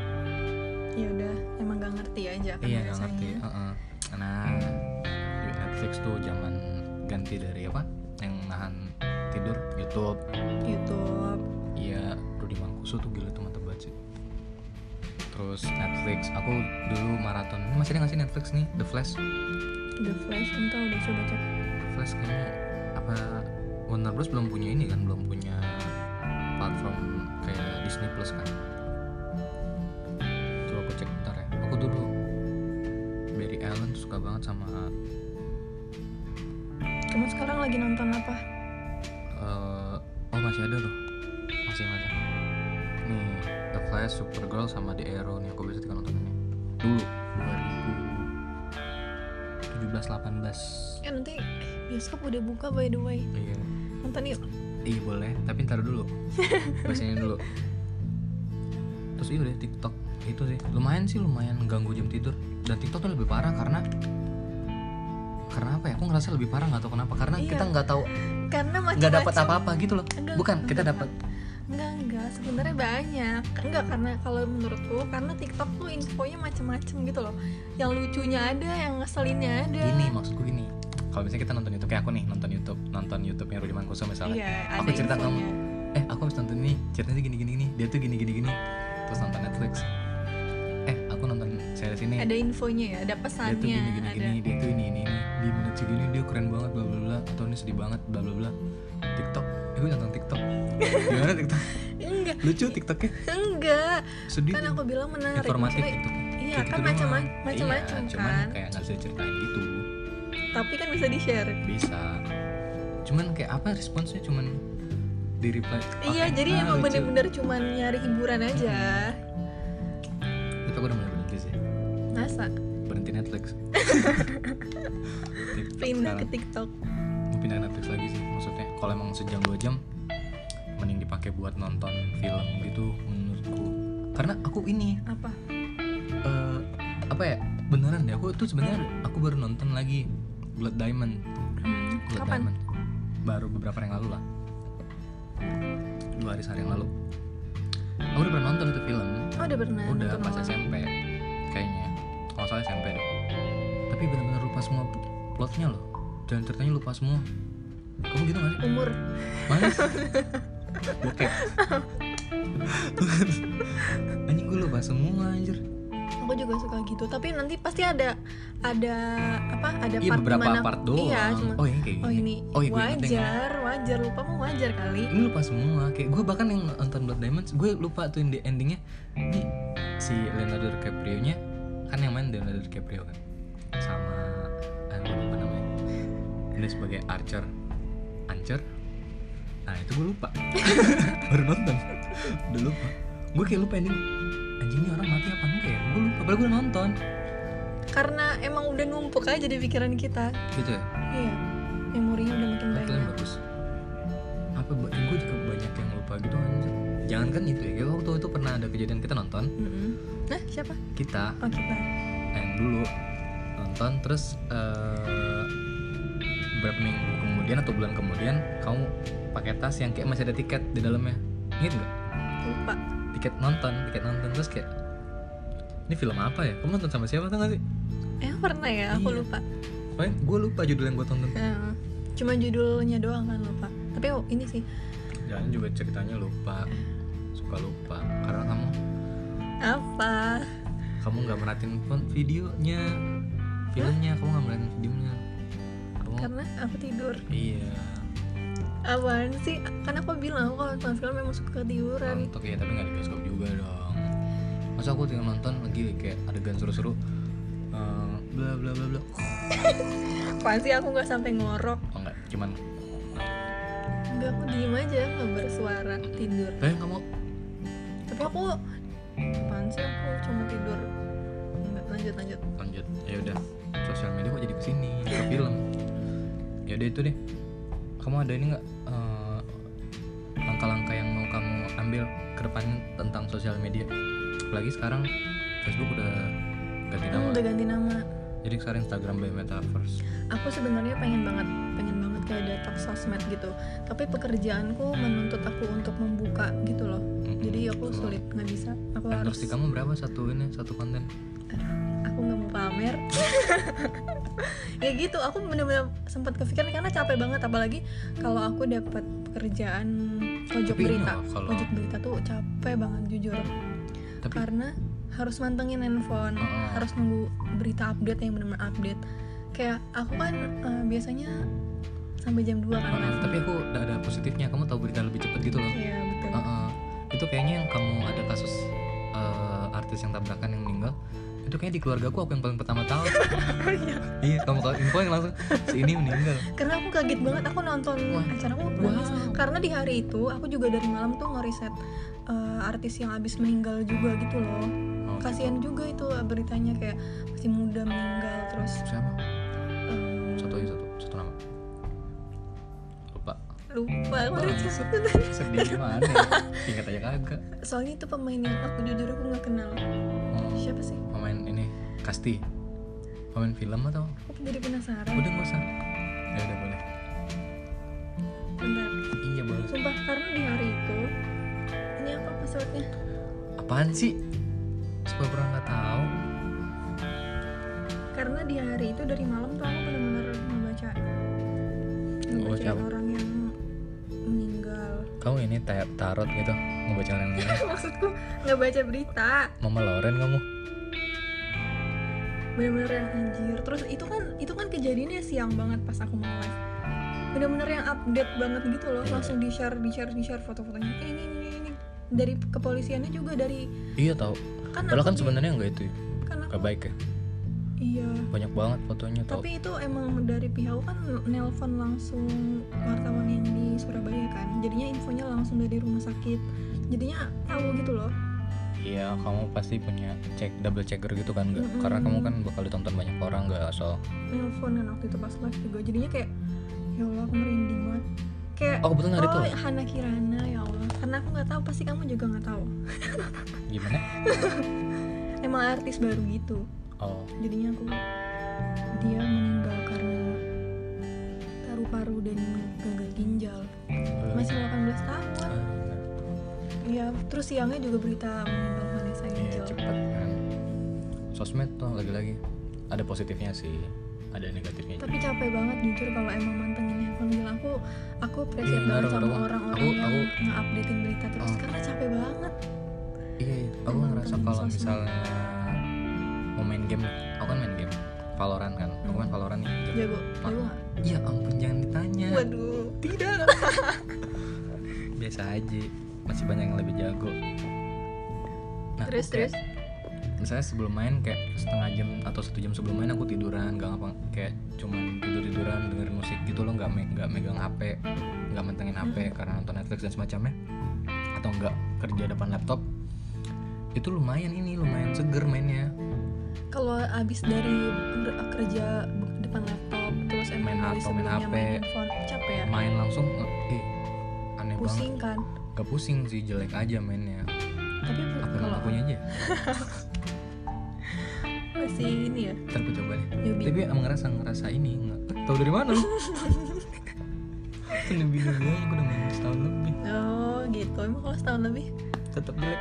Speaker 2: Ya udah, emang gak ngerti aja. kan
Speaker 1: Iya gak
Speaker 2: biasanya.
Speaker 1: ngerti Heeh. Nah di Netflix tuh zaman ganti dari apa Yang nahan tidur Youtube
Speaker 2: YouTube.
Speaker 1: Iya Rudy Mangkuso tuh gila teman tebat sih Terus Netflix Aku dulu maraton Ini masih ada gak sih Netflix nih The Flash
Speaker 2: The Flash, entah udah coba cek.
Speaker 1: Flash kayaknya apa Warner Bros belum punya ini kan belum punya platform kayak Disney Plus kan coba aku cek bentar ya aku dulu Barry Allen tuh suka banget sama
Speaker 2: Kamu sekarang lagi nonton apa?
Speaker 1: eh, oh masih ada loh masih ada nih The Flash Supergirl sama The Arrow nih aku bisa tinggal nonton ini dulu 2017 18
Speaker 2: Ya nanti eh, bioskop udah buka by the way.
Speaker 1: iya
Speaker 2: Nonton yuk.
Speaker 1: Iya boleh, tapi ntar dulu Bahasanya dulu Terus iya deh TikTok Itu sih, lumayan sih lumayan ganggu jam tidur Dan TikTok tuh lebih parah karena Karena apa ya, aku ngerasa lebih parah gak tau kenapa Karena
Speaker 2: Iya.
Speaker 1: kita nggak tahu,
Speaker 2: Karena macam
Speaker 1: nggak dapat apa-apa gitu loh
Speaker 2: Enggak,
Speaker 1: Bukan,
Speaker 2: enggak,
Speaker 1: kita
Speaker 2: enggak.
Speaker 1: dapat
Speaker 2: Enggak, enggak. Sebenarnya banyak. Enggak karena kalau menurutku karena TikTok tuh infonya macem-macem gitu loh. Yang lucunya ada, yang ngeselinnya ada.
Speaker 1: Gini, maksudku gini Kalau misalnya kita nonton Youtube, kayak aku nih nonton Youtube Nonton Youtube-nya Rudy Mankuso misalnya
Speaker 2: Iya, ada
Speaker 1: Aku cerita
Speaker 2: infonya.
Speaker 1: eh aku harus nonton ini ceritanya gini gini gini dia tuh gini gini gini terus nonton Netflix eh aku nonton series ini
Speaker 2: Ada infonya ya, ada
Speaker 1: dia tuh
Speaker 2: pesannya,
Speaker 1: gini gini
Speaker 2: ada.
Speaker 1: gini dia tuh ini ini ini dia menurut segini dia keren banget bla bla bla atau ini sedih banget bla bla bla TikTok eh gue nonton TikTok gimana TikTok
Speaker 2: Enggak,
Speaker 1: lucu TikToknya
Speaker 2: enggak.
Speaker 1: sedih
Speaker 2: Kan
Speaker 1: tuh.
Speaker 2: aku bilang menarik.
Speaker 1: informatif
Speaker 2: Maksudnya,
Speaker 1: TikToknya
Speaker 2: Iya,
Speaker 1: Kayak
Speaker 2: kan
Speaker 1: gitu doang.
Speaker 2: macam-macam macam-macam
Speaker 1: iya, cuman
Speaker 2: kan.
Speaker 1: kayak nggak bisa ceritain gitu
Speaker 2: Tapi kan bisa di-share.
Speaker 1: bisa cuman kayak apa responsnya cuman di reply
Speaker 2: Iya,
Speaker 1: oke,
Speaker 2: jadi
Speaker 1: ah,
Speaker 2: emang
Speaker 1: lucu.
Speaker 2: bener-bener cuman nyari hiburan aja.
Speaker 1: tapi aku udah mulai berhenti sih
Speaker 2: Masa
Speaker 1: berhenti Netflix TikTok
Speaker 2: pindah
Speaker 1: sekarang.
Speaker 2: ke TikTok.
Speaker 1: mau pindah ke Netflix lagi sih maksudnya kalau emang sejam dua jam mending dipakai buat nonton film gitu menurutku karena aku ini
Speaker 2: Apa?
Speaker 1: eh, apa ya beneran deh aku tuh sebenarnya aku baru nonton lagi Blood Diamond
Speaker 2: Hmm,
Speaker 1: Blood
Speaker 2: kapan?
Speaker 1: Diamond baru beberapa hari yang lalu lah dua hari sehari yang lalu aku udah pernah nonton itu film
Speaker 2: Oh, udah pernah.
Speaker 1: udah
Speaker 2: nonton
Speaker 1: pas
Speaker 2: orang.
Speaker 1: SMP kayaknya kalau nggak salah SMP deh tapi bener-bener lupa semua plotnya loh dan ceritanya lupa semua kamu gitu gak sih?
Speaker 2: Umur.
Speaker 1: Mana? Bokep Anjing gue lupa semua anjir
Speaker 2: aku juga suka gitu tapi nanti pasti ada ada apa ada
Speaker 1: Iya
Speaker 2: part
Speaker 1: beberapa
Speaker 2: dimana-
Speaker 1: part doang.
Speaker 2: iya cuma
Speaker 1: oh ini kayak
Speaker 2: oh
Speaker 1: gini.
Speaker 2: ini
Speaker 1: Oh, iya, gue inget yang-
Speaker 2: wajar wajar lupa mau wajar kali
Speaker 1: Ini lupa semua. Kayak gue bahkan yang nonton Blood Diamonds, gue lupa tuh yang di endingnya. Ini si Leonardo DiCaprio nya kan yang main Leonardo DiCaprio kan sama aduh, apa namanya ini sebagai Archer Archer nah itu gue lupa baru nonton udah lupa gue kayak lupa ending anjingnya orang mati apa enggak ya gue lupa padahal gue nonton
Speaker 2: karena emang udah numpuk aja di pikiran kita
Speaker 1: gitu ya
Speaker 2: iya memorinya udah makin
Speaker 1: Kalian
Speaker 2: banyak
Speaker 1: bagus apa gue juga banyak yang lupa gitu anjir jangan kan itu ya kayak waktu itu pernah ada kejadian kita nonton
Speaker 2: Mm-mm. nah siapa
Speaker 1: kita
Speaker 2: oh kita
Speaker 1: yang dulu nonton terus eh, beberapa minggu kemudian atau bulan kemudian kamu pakai tas yang kayak masih ada tiket di dalamnya inget nggak
Speaker 2: lupa
Speaker 1: tiket nonton tiket nonton terus kayak ini film apa ya kamu nonton sama siapa tau gak sih
Speaker 2: eh pernah ya aku
Speaker 1: Iya.
Speaker 2: lupa
Speaker 1: Pokoknya gue lupa judul yang gue tonton
Speaker 2: Heeh. cuma judulnya doang kan lupa tapi oh, ini sih
Speaker 1: jangan juga ceritanya lupa suka lupa karena kamu
Speaker 2: apa
Speaker 1: Oh. kamu nggak merhatiin pun videonya filmnya kamu nggak merhatiin videonya kamu
Speaker 2: karena aku tidur
Speaker 1: iya
Speaker 2: Apaan sih? Kan aku bilang aku kalau nonton film memang suka ketiduran
Speaker 1: nonton ya tapi nggak di bioskop juga dong masa aku tinggal nonton lagi kayak adegan seru-seru eh, bla bla bla bla
Speaker 2: Apaan sih aku gak sampai ngorok
Speaker 1: oh enggak cuman
Speaker 2: Enggak, aku diem aja, gak bersuara, tidur
Speaker 1: eh kamu
Speaker 2: Tapi aku, apaan sih aku cuma tidur Enggak, lanjut, lanjut
Speaker 1: lanjut ya udah sosial media kok jadi kesini ke film ya udah itu deh kamu ada ini nggak eh, langkah-langkah yang mau kamu ambil ke depannya tentang sosial media apalagi sekarang Facebook udah ganti
Speaker 2: Hmm,
Speaker 1: nama
Speaker 2: udah ganti nama
Speaker 1: jadi sekarang Instagram by Metaverse
Speaker 2: Aku sebenarnya pengen banget, pengen banget kayak detox sosmed gitu Tapi pekerjaanku menuntut aku untuk membuka gitu loh
Speaker 1: Mm-mm.
Speaker 2: Jadi aku
Speaker 1: Betul.
Speaker 2: sulit, gak bisa Aku
Speaker 1: Dan
Speaker 2: harus,
Speaker 1: terus di kamu berapa satu ini satu konten
Speaker 2: aku gak mau pamer ya gitu aku bener-bener sempat kepikiran karena capek banget apalagi kalau aku dapat pekerjaan pojok
Speaker 1: Tapi ini
Speaker 2: berita
Speaker 1: loh, kalau-
Speaker 2: pojok berita tuh capek banget jujur
Speaker 1: tapi uh,
Speaker 2: karena harus mantengin handphone
Speaker 1: Oh.
Speaker 2: harus nunggu berita update yang bener-bener update kayak aku kan eh, biasanya sampai jam 2 kan
Speaker 1: Heeh,
Speaker 2: live.
Speaker 1: Oh, tapi aku udah ada positifnya kamu tahu berita lebih cepet gitu loh
Speaker 2: Iya, betul
Speaker 1: Heeh. itu kayaknya yang kamu ada kasus eh, artis yang tabrakan yang meninggal itu kayaknya di keluarga aku aku yang paling pertama tahu iya kamu tahu info yang langsung si ini meninggal
Speaker 2: karena aku kaget banget aku nonton
Speaker 1: Hmm. Wah.
Speaker 2: acara aku nangis. karena di hari itu aku juga dari malam tuh ngeriset eh, artis yang abis meninggal juga gitu loh
Speaker 1: Oh,
Speaker 2: kasihan juga itu beritanya kayak masih muda meninggal terus eh,
Speaker 1: siapa
Speaker 2: em,
Speaker 1: satu aja satu satu nama lupa
Speaker 2: lupa aku udah
Speaker 1: Bangsat.
Speaker 2: cek.
Speaker 1: sedih gimana ya? ingat aja kagak
Speaker 2: soalnya itu pemain yang aku jujur aku nggak kenal
Speaker 1: Oh,
Speaker 2: siapa sih
Speaker 1: pemain ini Kasti pemain film atau
Speaker 2: aku jadi penasaran
Speaker 1: udah nggak usah ya udah boleh
Speaker 2: bentar
Speaker 1: iya boleh
Speaker 2: sumpah karena di hari itu ini apa passwordnya
Speaker 1: apaan sih supaya pernah nggak tahu
Speaker 2: karena di hari itu dari malam tuh aku benar-benar ngebaca ngebaca
Speaker 1: apa?
Speaker 2: orang yang meninggal
Speaker 1: kamu ini ta- tarot gitu ngebaca orang lain
Speaker 2: maksudku ngebaca berita
Speaker 1: Mama Loren kamu
Speaker 2: bener-bener yang anjir terus itu kan itu kan kejadiannya siang banget pas aku mau live bener-bener yang update banget gitu
Speaker 1: Iya.
Speaker 2: loh langsung di share di share di share foto-fotonya ini ini ini, ini. dari kepolisiannya juga dari
Speaker 1: iya tahu
Speaker 2: kan
Speaker 1: padahal kan
Speaker 2: aku-
Speaker 1: sebenarnya nggak itu ya.
Speaker 2: kan aku-
Speaker 1: nggak baik ya
Speaker 2: iya
Speaker 1: banyak banget fotonya tahu
Speaker 2: tapi itu emang dari pihak kan nelpon langsung wartawan yang di Surabaya kan jadinya infonya langsung dari rumah sakit jadinya tahu gitu loh
Speaker 1: iya kamu pasti punya cek double checker gitu kan nggak
Speaker 2: Mm-mm.
Speaker 1: karena kamu kan bakal ditonton banyak orang nggak asal
Speaker 2: nelpon kan waktu itu pas live juga jadinya kayak ya Allah aku merinding banget kayak
Speaker 1: oh kebetulan hari itu
Speaker 2: Oh, Hana Kirana ya Allah. Karena aku nggak tahu, pasti kamu juga nggak tahu.
Speaker 1: gimana
Speaker 2: Emang artis baru gitu.
Speaker 1: oh
Speaker 2: Jadinya aku dia meninggal karena paru-paru dan gagal ginjal. Masih 18 tahun. Ya, terus siangnya juga berita meninggal Vanessa
Speaker 1: iya
Speaker 2: Angel.
Speaker 1: cepet kan sosmed tuh lagi-lagi ada positifnya sih ada negatifnya juga.
Speaker 2: Tapi capek banget jujur kalau emang mantengin handphone bilang aku aku appreciate
Speaker 1: Iya,
Speaker 2: banget
Speaker 1: ngaruh,
Speaker 2: sama
Speaker 1: ngaruh.
Speaker 2: orang-orang
Speaker 1: Aku-
Speaker 2: yang
Speaker 1: aku-
Speaker 2: nge-updatein berita terus
Speaker 1: Oh.
Speaker 2: karena capek banget.
Speaker 1: iya iya. aku
Speaker 2: Emang
Speaker 1: ngerasa
Speaker 2: temen
Speaker 1: kalau
Speaker 2: sosmed.
Speaker 1: misalnya game aku kan main game Valorant kan aku
Speaker 2: Hmm.
Speaker 1: main Valorant nih game.
Speaker 2: jago jago nggak
Speaker 1: ya ampun jangan ditanya
Speaker 2: waduh tidak
Speaker 1: Nah, biasa aja masih banyak yang lebih jago nah
Speaker 2: terus
Speaker 1: kayak-
Speaker 2: terus
Speaker 1: misalnya sebelum main kayak setengah jam atau satu jam sebelum main aku tiduran gak ngapa kayak cuman tidur tiduran dengerin musik gitu loh nggak me- nggak megang hp nggak mentengin hp
Speaker 2: Hmm.
Speaker 1: karena nonton Netflix dan semacamnya atau nggak kerja depan laptop itu lumayan ini lumayan seger mainnya
Speaker 2: kalau abis dari ber- kerja be- depan laptop terus emang
Speaker 1: Main
Speaker 2: dari
Speaker 1: laptop, main
Speaker 2: sebelumnya
Speaker 1: HP.
Speaker 2: main handphone capek ya
Speaker 1: main langsung eh, ih, aneh
Speaker 2: pusing kan
Speaker 1: banget gak pusing sih jelek aja mainnya
Speaker 2: tapi bu-
Speaker 1: apa yang
Speaker 2: kalau
Speaker 1: lakunya aja
Speaker 2: masih ini ya
Speaker 1: ntar gue coba deh
Speaker 2: newbie
Speaker 1: tapi emang ngerasa ngerasa ini nggak tahu dari mana lebih lebih aku udah main setahun lebih
Speaker 2: oh gitu emang kalau setahun lebih
Speaker 1: tetap jelek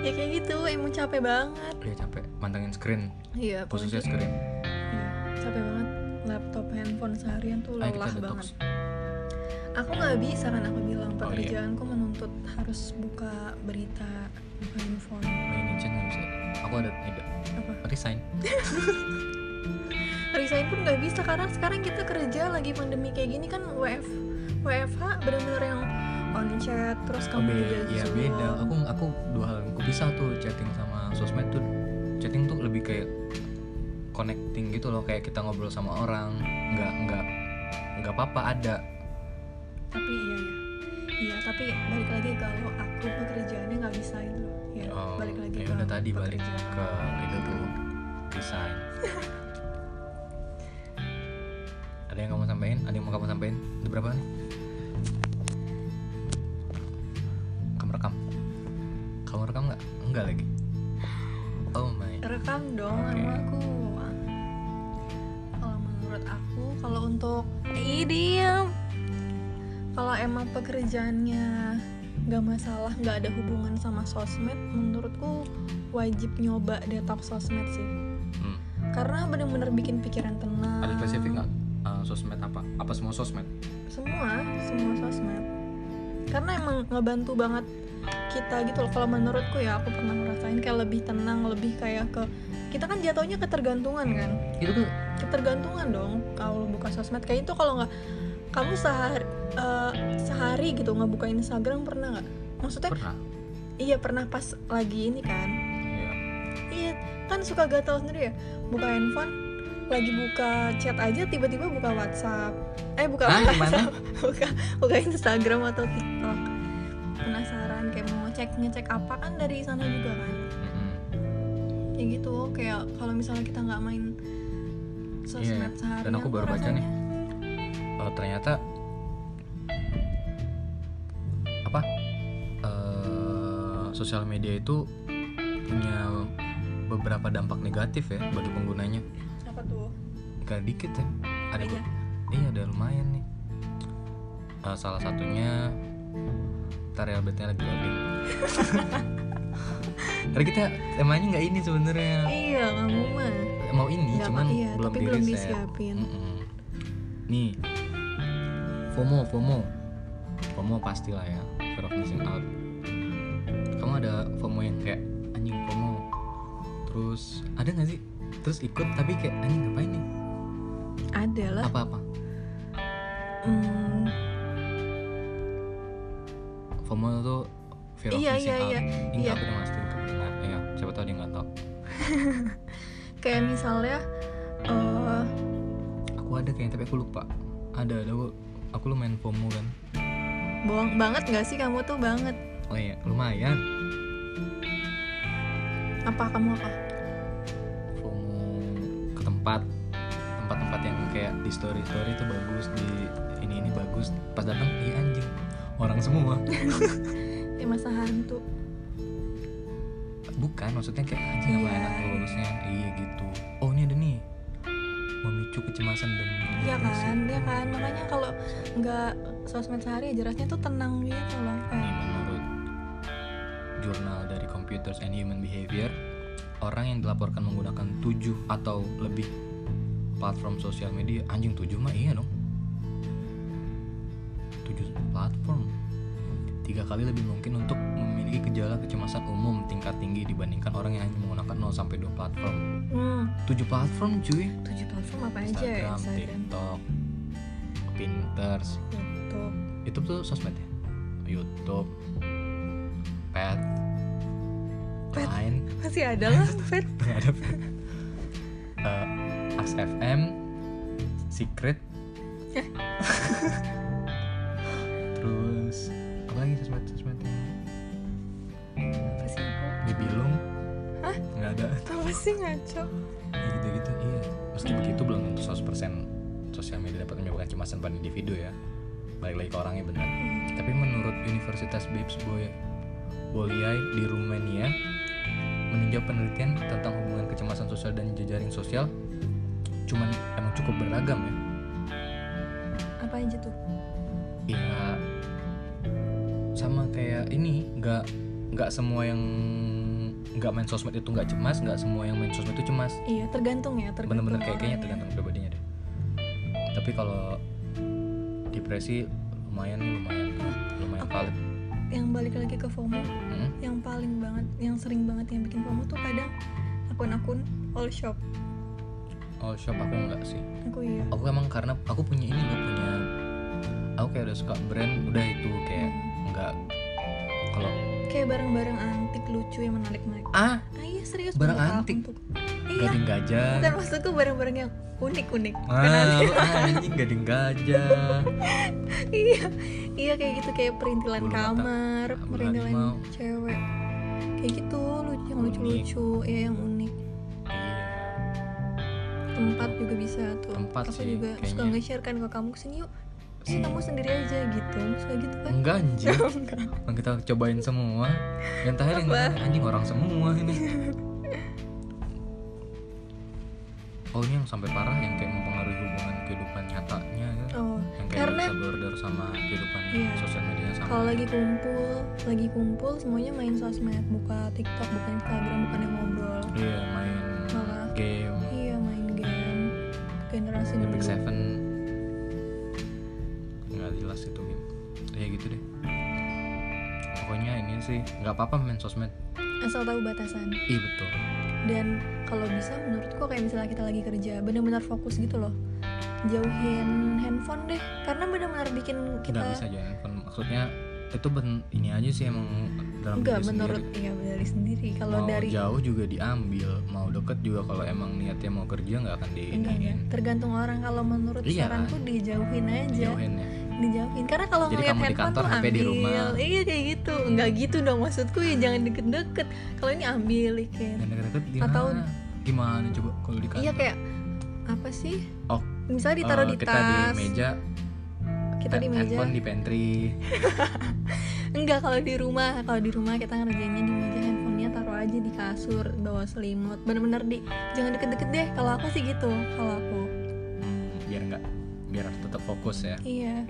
Speaker 2: ya kayak gitu emang capek banget
Speaker 1: Udah Iya, capek mantengin screen,
Speaker 2: iya apalagi-
Speaker 1: khususnya screen.
Speaker 2: iya, capek banget laptop handphone seharian tuh
Speaker 1: Ayo
Speaker 2: lelah
Speaker 1: kita
Speaker 2: banget
Speaker 1: detox.
Speaker 2: aku nggak bisa kan aku bilang
Speaker 1: Oh, iya.
Speaker 2: pekerjaanku menuntut harus buka berita buka handphone
Speaker 1: Nah, ini chat nggak bisa. Aku ada ide.
Speaker 2: apa
Speaker 1: Resign.
Speaker 2: resign pun nggak bisa karena sekarang kita kerja lagi pandemi kayak gini kan WF WFH bener-bener yang on chat terus
Speaker 1: Oh,
Speaker 2: kamu
Speaker 1: be-
Speaker 2: juga
Speaker 1: ya
Speaker 2: Zoom.
Speaker 1: beda. Aku aku dua hal. Aku pisah tuh chatting sama sosmed tuh. Chatting tuh lebih kayak connecting gitu loh. Kayak kita ngobrol sama orang. Nggak nggak nggak apa-apa ada.
Speaker 2: tapi iya ya iya tapi balik lagi kalau aku pekerjaannya nggak bisa itu loh ya
Speaker 1: Oh,
Speaker 2: balik lagi
Speaker 1: ya
Speaker 2: ke
Speaker 1: udah tadi balik
Speaker 2: pekerjaan.
Speaker 1: ke itu tuh resign. ada yang kamu sampaikan? Ada yang mau kamu sampaikan? Udah berapa nih? Kamu rekam? Kamu rekam nggak? Enggak lagi. Oh my.
Speaker 2: rekam dong
Speaker 1: Oke.
Speaker 2: sama aku kalau menurut aku kalau untuk Ih, diam kalau emang pekerjaannya nggak masalah nggak ada hubungan sama sosmed menurutku wajib nyoba detox sosmed sih
Speaker 1: Hmm.
Speaker 2: karena bener-bener bikin pikiran tenang
Speaker 1: Ada spesifik nggak? Eh, sosmed apa? Apa semua sosmed?
Speaker 2: semua semua sosmed karena emang ngebantu banget kita gitu loh kalau menurutku ya aku pernah ngerasain kayak lebih tenang lebih kayak ke kita kan jatuhnya ketergantungan kan
Speaker 1: Itu tuh
Speaker 2: ketergantungan dong kalau buka sosmed kayak itu kalau nggak kamu sehari eh, sehari gitu nggak buka Instagram pernah nggak maksudnya
Speaker 1: pernah.
Speaker 2: iya pernah pas lagi ini kan
Speaker 1: Iya.
Speaker 2: Iya, kan suka gatel sendiri ya. Buka handphone, lagi buka chat aja tiba-tiba buka WhatsApp. Eh buka
Speaker 1: Hah,
Speaker 2: WhatsApp, buka buka Instagram atau TikTok. Penasaran kayak mau cek ngecek apa kan dari sana juga kan.
Speaker 1: Mm-mm.
Speaker 2: Kayak gitu, kayak kalau misalnya kita nggak main sosmed
Speaker 1: Iya,
Speaker 2: seharian
Speaker 1: dan aku
Speaker 2: tuh
Speaker 1: baru baca
Speaker 2: rasanya-
Speaker 1: nih. Oh, ternyata apa eh sosial media itu punya beberapa dampak negatif ya bagi penggunanya
Speaker 2: Apa tuh?
Speaker 1: gak dikit ya ada
Speaker 2: Iya.
Speaker 1: iya ada lumayan nih Eh, salah satunya ntar ya update-nya lagi loading Karena kita temanya nggak ini sebenarnya
Speaker 2: Iya, kamu mah.
Speaker 1: mau ini
Speaker 2: Nggak
Speaker 1: cuman
Speaker 2: apa- iya,
Speaker 1: belum
Speaker 2: tapi belum
Speaker 1: di-reset.
Speaker 2: disiapin.
Speaker 1: Mm-mm. Nih FOMO FOMO FOMO pastilah ya Fear of missing out Kamu ada FOMO yang kayak Anjing FOMO Terus ada gak sih? Terus ikut tapi kayak anjing ngapain nih?
Speaker 2: Ada lah.
Speaker 1: Apa-apa?
Speaker 2: Hmm,
Speaker 1: FOMO tuh Fear of
Speaker 2: Iya,
Speaker 1: missing
Speaker 2: iya,
Speaker 1: out
Speaker 2: iya,
Speaker 1: Ini
Speaker 2: iya.
Speaker 1: aku udah mastiin kebenaran Ya siapa tau dia gak tau
Speaker 2: kayak misalnya eh,
Speaker 1: Aku ada kayaknya tapi aku lupa Ada ada aku, aku lumayan FOMO kan
Speaker 2: bohong banget nggak sih kamu tuh banget?
Speaker 1: Oh iya lumayan
Speaker 2: Apa kamu apa?
Speaker 1: FOMO ke tempat tempat-tempat yang kayak di story story itu bagus di ini ini bagus pas datang iya anjing orang semua
Speaker 2: Eh masa hantu
Speaker 1: bukan maksudnya kayak anjing apa
Speaker 2: Iya.
Speaker 1: enak lulusnya iya gitu oh ini ada nih memicu kecemasan dan
Speaker 2: Iya
Speaker 1: depresi.
Speaker 2: kan, iya kan Makanya kalau nggak sosmed sehari ya Jelasnya tuh tenang gitu loh
Speaker 1: Ini
Speaker 2: kayak
Speaker 1: menurut jurnal dari Computers and Human Behavior, orang yang dilaporkan menggunakan 7 atau lebih platform sosial media, anjing 7 mah iya dong. 7 platform. Tiga kali lebih mungkin untuk memini- memiliki gejala kecemasan umum tingkat tinggi dibandingkan orang yang hanya menggunakan 0 sampai 2 platform.
Speaker 2: hmm,
Speaker 1: 7 platform cuy.
Speaker 2: tujuh platform apa aja ya
Speaker 1: Instagram,
Speaker 2: Instagram
Speaker 1: TikTok, Pinterest,
Speaker 2: YouTube
Speaker 1: YouTube tuh sosmed ya. YouTube, Pet,
Speaker 2: Pet.
Speaker 1: Line,
Speaker 2: masih ada lah Fed
Speaker 1: nggak ada Pet. Eh, Aks FM, Secret, terus apa lagi sosmed sosmednya?
Speaker 2: apa sih
Speaker 1: Bibilung,
Speaker 2: Hah?
Speaker 1: nggak ada.
Speaker 2: aku apa sih ngaco
Speaker 1: Ya gitu-gitu iya meski begitu belum tentu 100% sosial media dapat menyebabkan kecemasan pada individu ya balik lagi ke orangnya benar
Speaker 2: Hmm,
Speaker 1: tapi menurut Universitas Babes Boy Boliai di Rumania meninjau penelitian tentang hubungan kecemasan sosial dan jejaring sosial cuman emang cukup beragam ya
Speaker 2: apa aja tuh
Speaker 1: Iya sama kayak ini nggak nggak semua yang nggak main sosmed itu nggak cemas nggak semua yang main sosmed itu cemas
Speaker 2: iya tergantung ya tergantung
Speaker 1: bener-bener kayak kayaknya
Speaker 2: orangnya.
Speaker 1: tergantung pribadinya deh tapi kalau depresi lumayan lumayan lumayan
Speaker 2: Aku-
Speaker 1: valid
Speaker 2: yang balik lagi ke FOMO
Speaker 1: Hmm?
Speaker 2: yang paling banget yang sering banget yang bikin FOMO tuh kadang akun-akun all shop
Speaker 1: oh shop aku enggak sih
Speaker 2: aku iya
Speaker 1: aku emang karena aku punya ini loh punya aku kayak udah suka brand udah itu kayak enggak kalau
Speaker 2: Hmm. kayak barang-barang antik lucu yang menarik-menarik ah
Speaker 1: ah
Speaker 2: iya serius
Speaker 1: Barang
Speaker 2: banyak
Speaker 1: antik?
Speaker 2: akun tuh. iya
Speaker 1: gading gajah
Speaker 2: bukan maksudku barang-barang yang unik-unik bukan
Speaker 1: ah
Speaker 2: antik.
Speaker 1: lu anjing gading gajah
Speaker 2: iya iya kayak gitu kayak perintilan
Speaker 1: Bulu mata.
Speaker 2: kamar
Speaker 1: Bulu
Speaker 2: perintilan
Speaker 1: harimau.
Speaker 2: cewek kayak gitu lucu yang
Speaker 1: Unik.
Speaker 2: lucu-lucu ya yang unik
Speaker 1: iya
Speaker 2: tempat juga bisa tuh
Speaker 1: Tempat
Speaker 2: aku
Speaker 1: sih,
Speaker 2: juga suka
Speaker 1: kayaknya.
Speaker 2: nge-share kan ke kamu kesini yuk sih kamu sendiri aja gitu suka gitu kan
Speaker 1: enggak anjir
Speaker 2: Enggak.
Speaker 1: Yang kita cobain semua yang terakhir yang
Speaker 2: Apa?
Speaker 1: anjing orang semua ini oh ini yang sampai parah yang kayak mempengaruhi hubungan kehidupan nyatanya ya.
Speaker 2: oh
Speaker 1: yang kayak
Speaker 2: Karena-
Speaker 1: bisa border sama kehidupan
Speaker 2: Iya.
Speaker 1: sosial media sama
Speaker 2: kalau lagi kumpul lagi kumpul semuanya main sosmed buka tiktok bukan instagram bukan yang ngobrol
Speaker 1: iya main
Speaker 2: malah
Speaker 1: game
Speaker 2: iya main game generasi
Speaker 1: The Big
Speaker 2: dulu.
Speaker 1: Seven nggak jelas itu game ya gitu deh pokoknya ini sih nggak apa-apa main sosmed
Speaker 2: asal tahu batasan
Speaker 1: ih betul
Speaker 2: dan kalau bisa menurutku kayak misalnya kita lagi kerja benar-benar fokus gitu loh jauhin handphone deh karena benar-benar bikin
Speaker 1: nggak bisa
Speaker 2: kita
Speaker 1: aja maksudnya itu ben ini aja sih emang dalam
Speaker 2: enggak
Speaker 1: diri sendiri.
Speaker 2: menurut iya dari sendiri kalau
Speaker 1: mau
Speaker 2: dari
Speaker 1: jauh juga diambil mau deket juga kalau emang niatnya mau kerja nggak akan
Speaker 2: enggak ya
Speaker 1: diiniin
Speaker 2: tergantung orang kalau menurut
Speaker 1: Iya.
Speaker 2: saranku dijauhin aja
Speaker 1: jauhin ya
Speaker 2: dijauhin karena kalau
Speaker 1: Jadi
Speaker 2: ngeliat
Speaker 1: kamu di
Speaker 2: handphone
Speaker 1: kantor,
Speaker 2: tuh
Speaker 1: HP
Speaker 2: ambil
Speaker 1: di rumah.
Speaker 2: iya kayak gitu enggak gitu dong maksudku ya jangan deket-deket kalau ini ambil ya ikin
Speaker 1: dan deket-deket gimana
Speaker 2: Atau-
Speaker 1: gimana coba kalau di kantor
Speaker 2: iya kayak apa sih
Speaker 1: Oh,
Speaker 2: misalnya ditaruh
Speaker 1: Eh,
Speaker 2: di
Speaker 1: kita di
Speaker 2: tas
Speaker 1: meja
Speaker 2: kita di
Speaker 1: hand-
Speaker 2: meja
Speaker 1: handphone di pantry
Speaker 2: Enggak kalau di rumah, kalau di rumah kita ngerjainnya di meja handphonenya taruh aja di kasur, bawa selimut, bener-bener di jangan deket-deket deh. Kalau aku sih gitu, kalau aku
Speaker 1: Hmm, biar nggak biar tetap fokus ya
Speaker 2: iya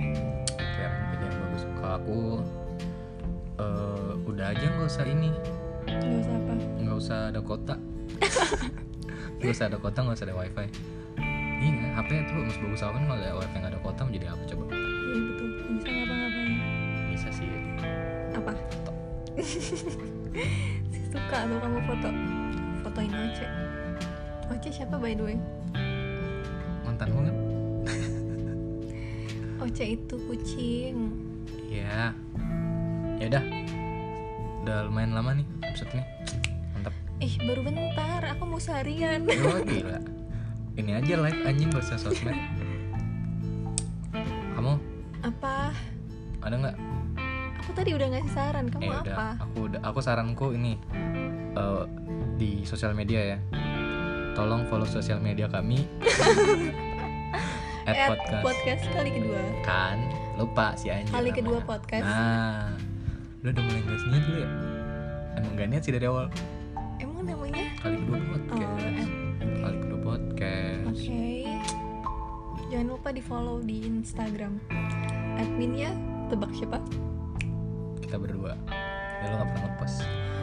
Speaker 1: biar biar yang bagus kalau aku eh, udah aja nggak usah ini
Speaker 2: nggak usah apa.
Speaker 1: nggak usah ada kota nggak usah ada kota nggak usah ada wifi iya HP tuh harus bagus apa kan kalau ada wifi nggak ada kota menjadi apa coba
Speaker 2: Iya betul, nggak bisa ngapa-ngapain.
Speaker 1: bisa sih ya.
Speaker 2: Apa?
Speaker 1: Foto.
Speaker 2: si suka tuh kamu foto, fotoin Oce. Oce siapa by the way?
Speaker 1: mantan kan? banget
Speaker 2: Oce itu kucing.
Speaker 1: ya ya udah udah lumayan lama nih episode ini mantap
Speaker 2: Ih baru bentar, aku mau seharian.
Speaker 1: Yo, gila ini aja live anjing gak usah sosmed kamu
Speaker 2: Apa?
Speaker 1: ada nggak
Speaker 2: Aku tadi udah ngasih saran, kamu
Speaker 1: eh udah
Speaker 2: apa?
Speaker 1: aku udah aku saranku ini eh, di sosial media ya tolong follow sosial media kami at,
Speaker 2: At
Speaker 1: podcast.
Speaker 2: podcast kali kedua.
Speaker 1: kan lupa si anjing
Speaker 2: Kali kedua
Speaker 1: namanya.
Speaker 2: podcast.
Speaker 1: Iya. nah lu udah mulai nggak niat lu ya emang gak niat sih dari awal
Speaker 2: Emang namanya?
Speaker 1: kali kedua
Speaker 2: Oh,
Speaker 1: podcast
Speaker 2: eh,
Speaker 1: kali kedua podcast
Speaker 2: oke. Jangan lupa di follow di Instagram. Adminnya tebak siapa?
Speaker 1: kita berdua ya lu gak pernah ngepost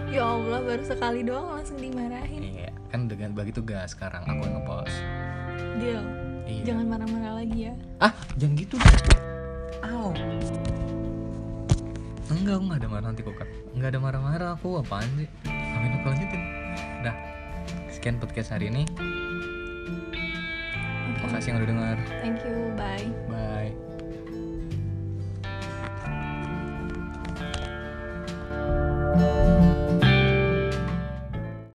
Speaker 2: Ya Allah, baru sekali doang langsung dimarahin.
Speaker 1: iya kan dengan bagi tugas sekarang aku yang ngepost
Speaker 2: Deal.
Speaker 1: iya
Speaker 2: Jangan
Speaker 1: gitu.
Speaker 2: marah-marah lagi ya.
Speaker 1: ah jangan gitu Au. enggak aku nggak ada marah nanti kok kak nggak ada marah-marah aku apaan sih ngapain aku lanjutin dah sekian podcast hari ini
Speaker 2: Oke,
Speaker 1: makasih yang udah dengar
Speaker 2: thank you, bye.
Speaker 1: bye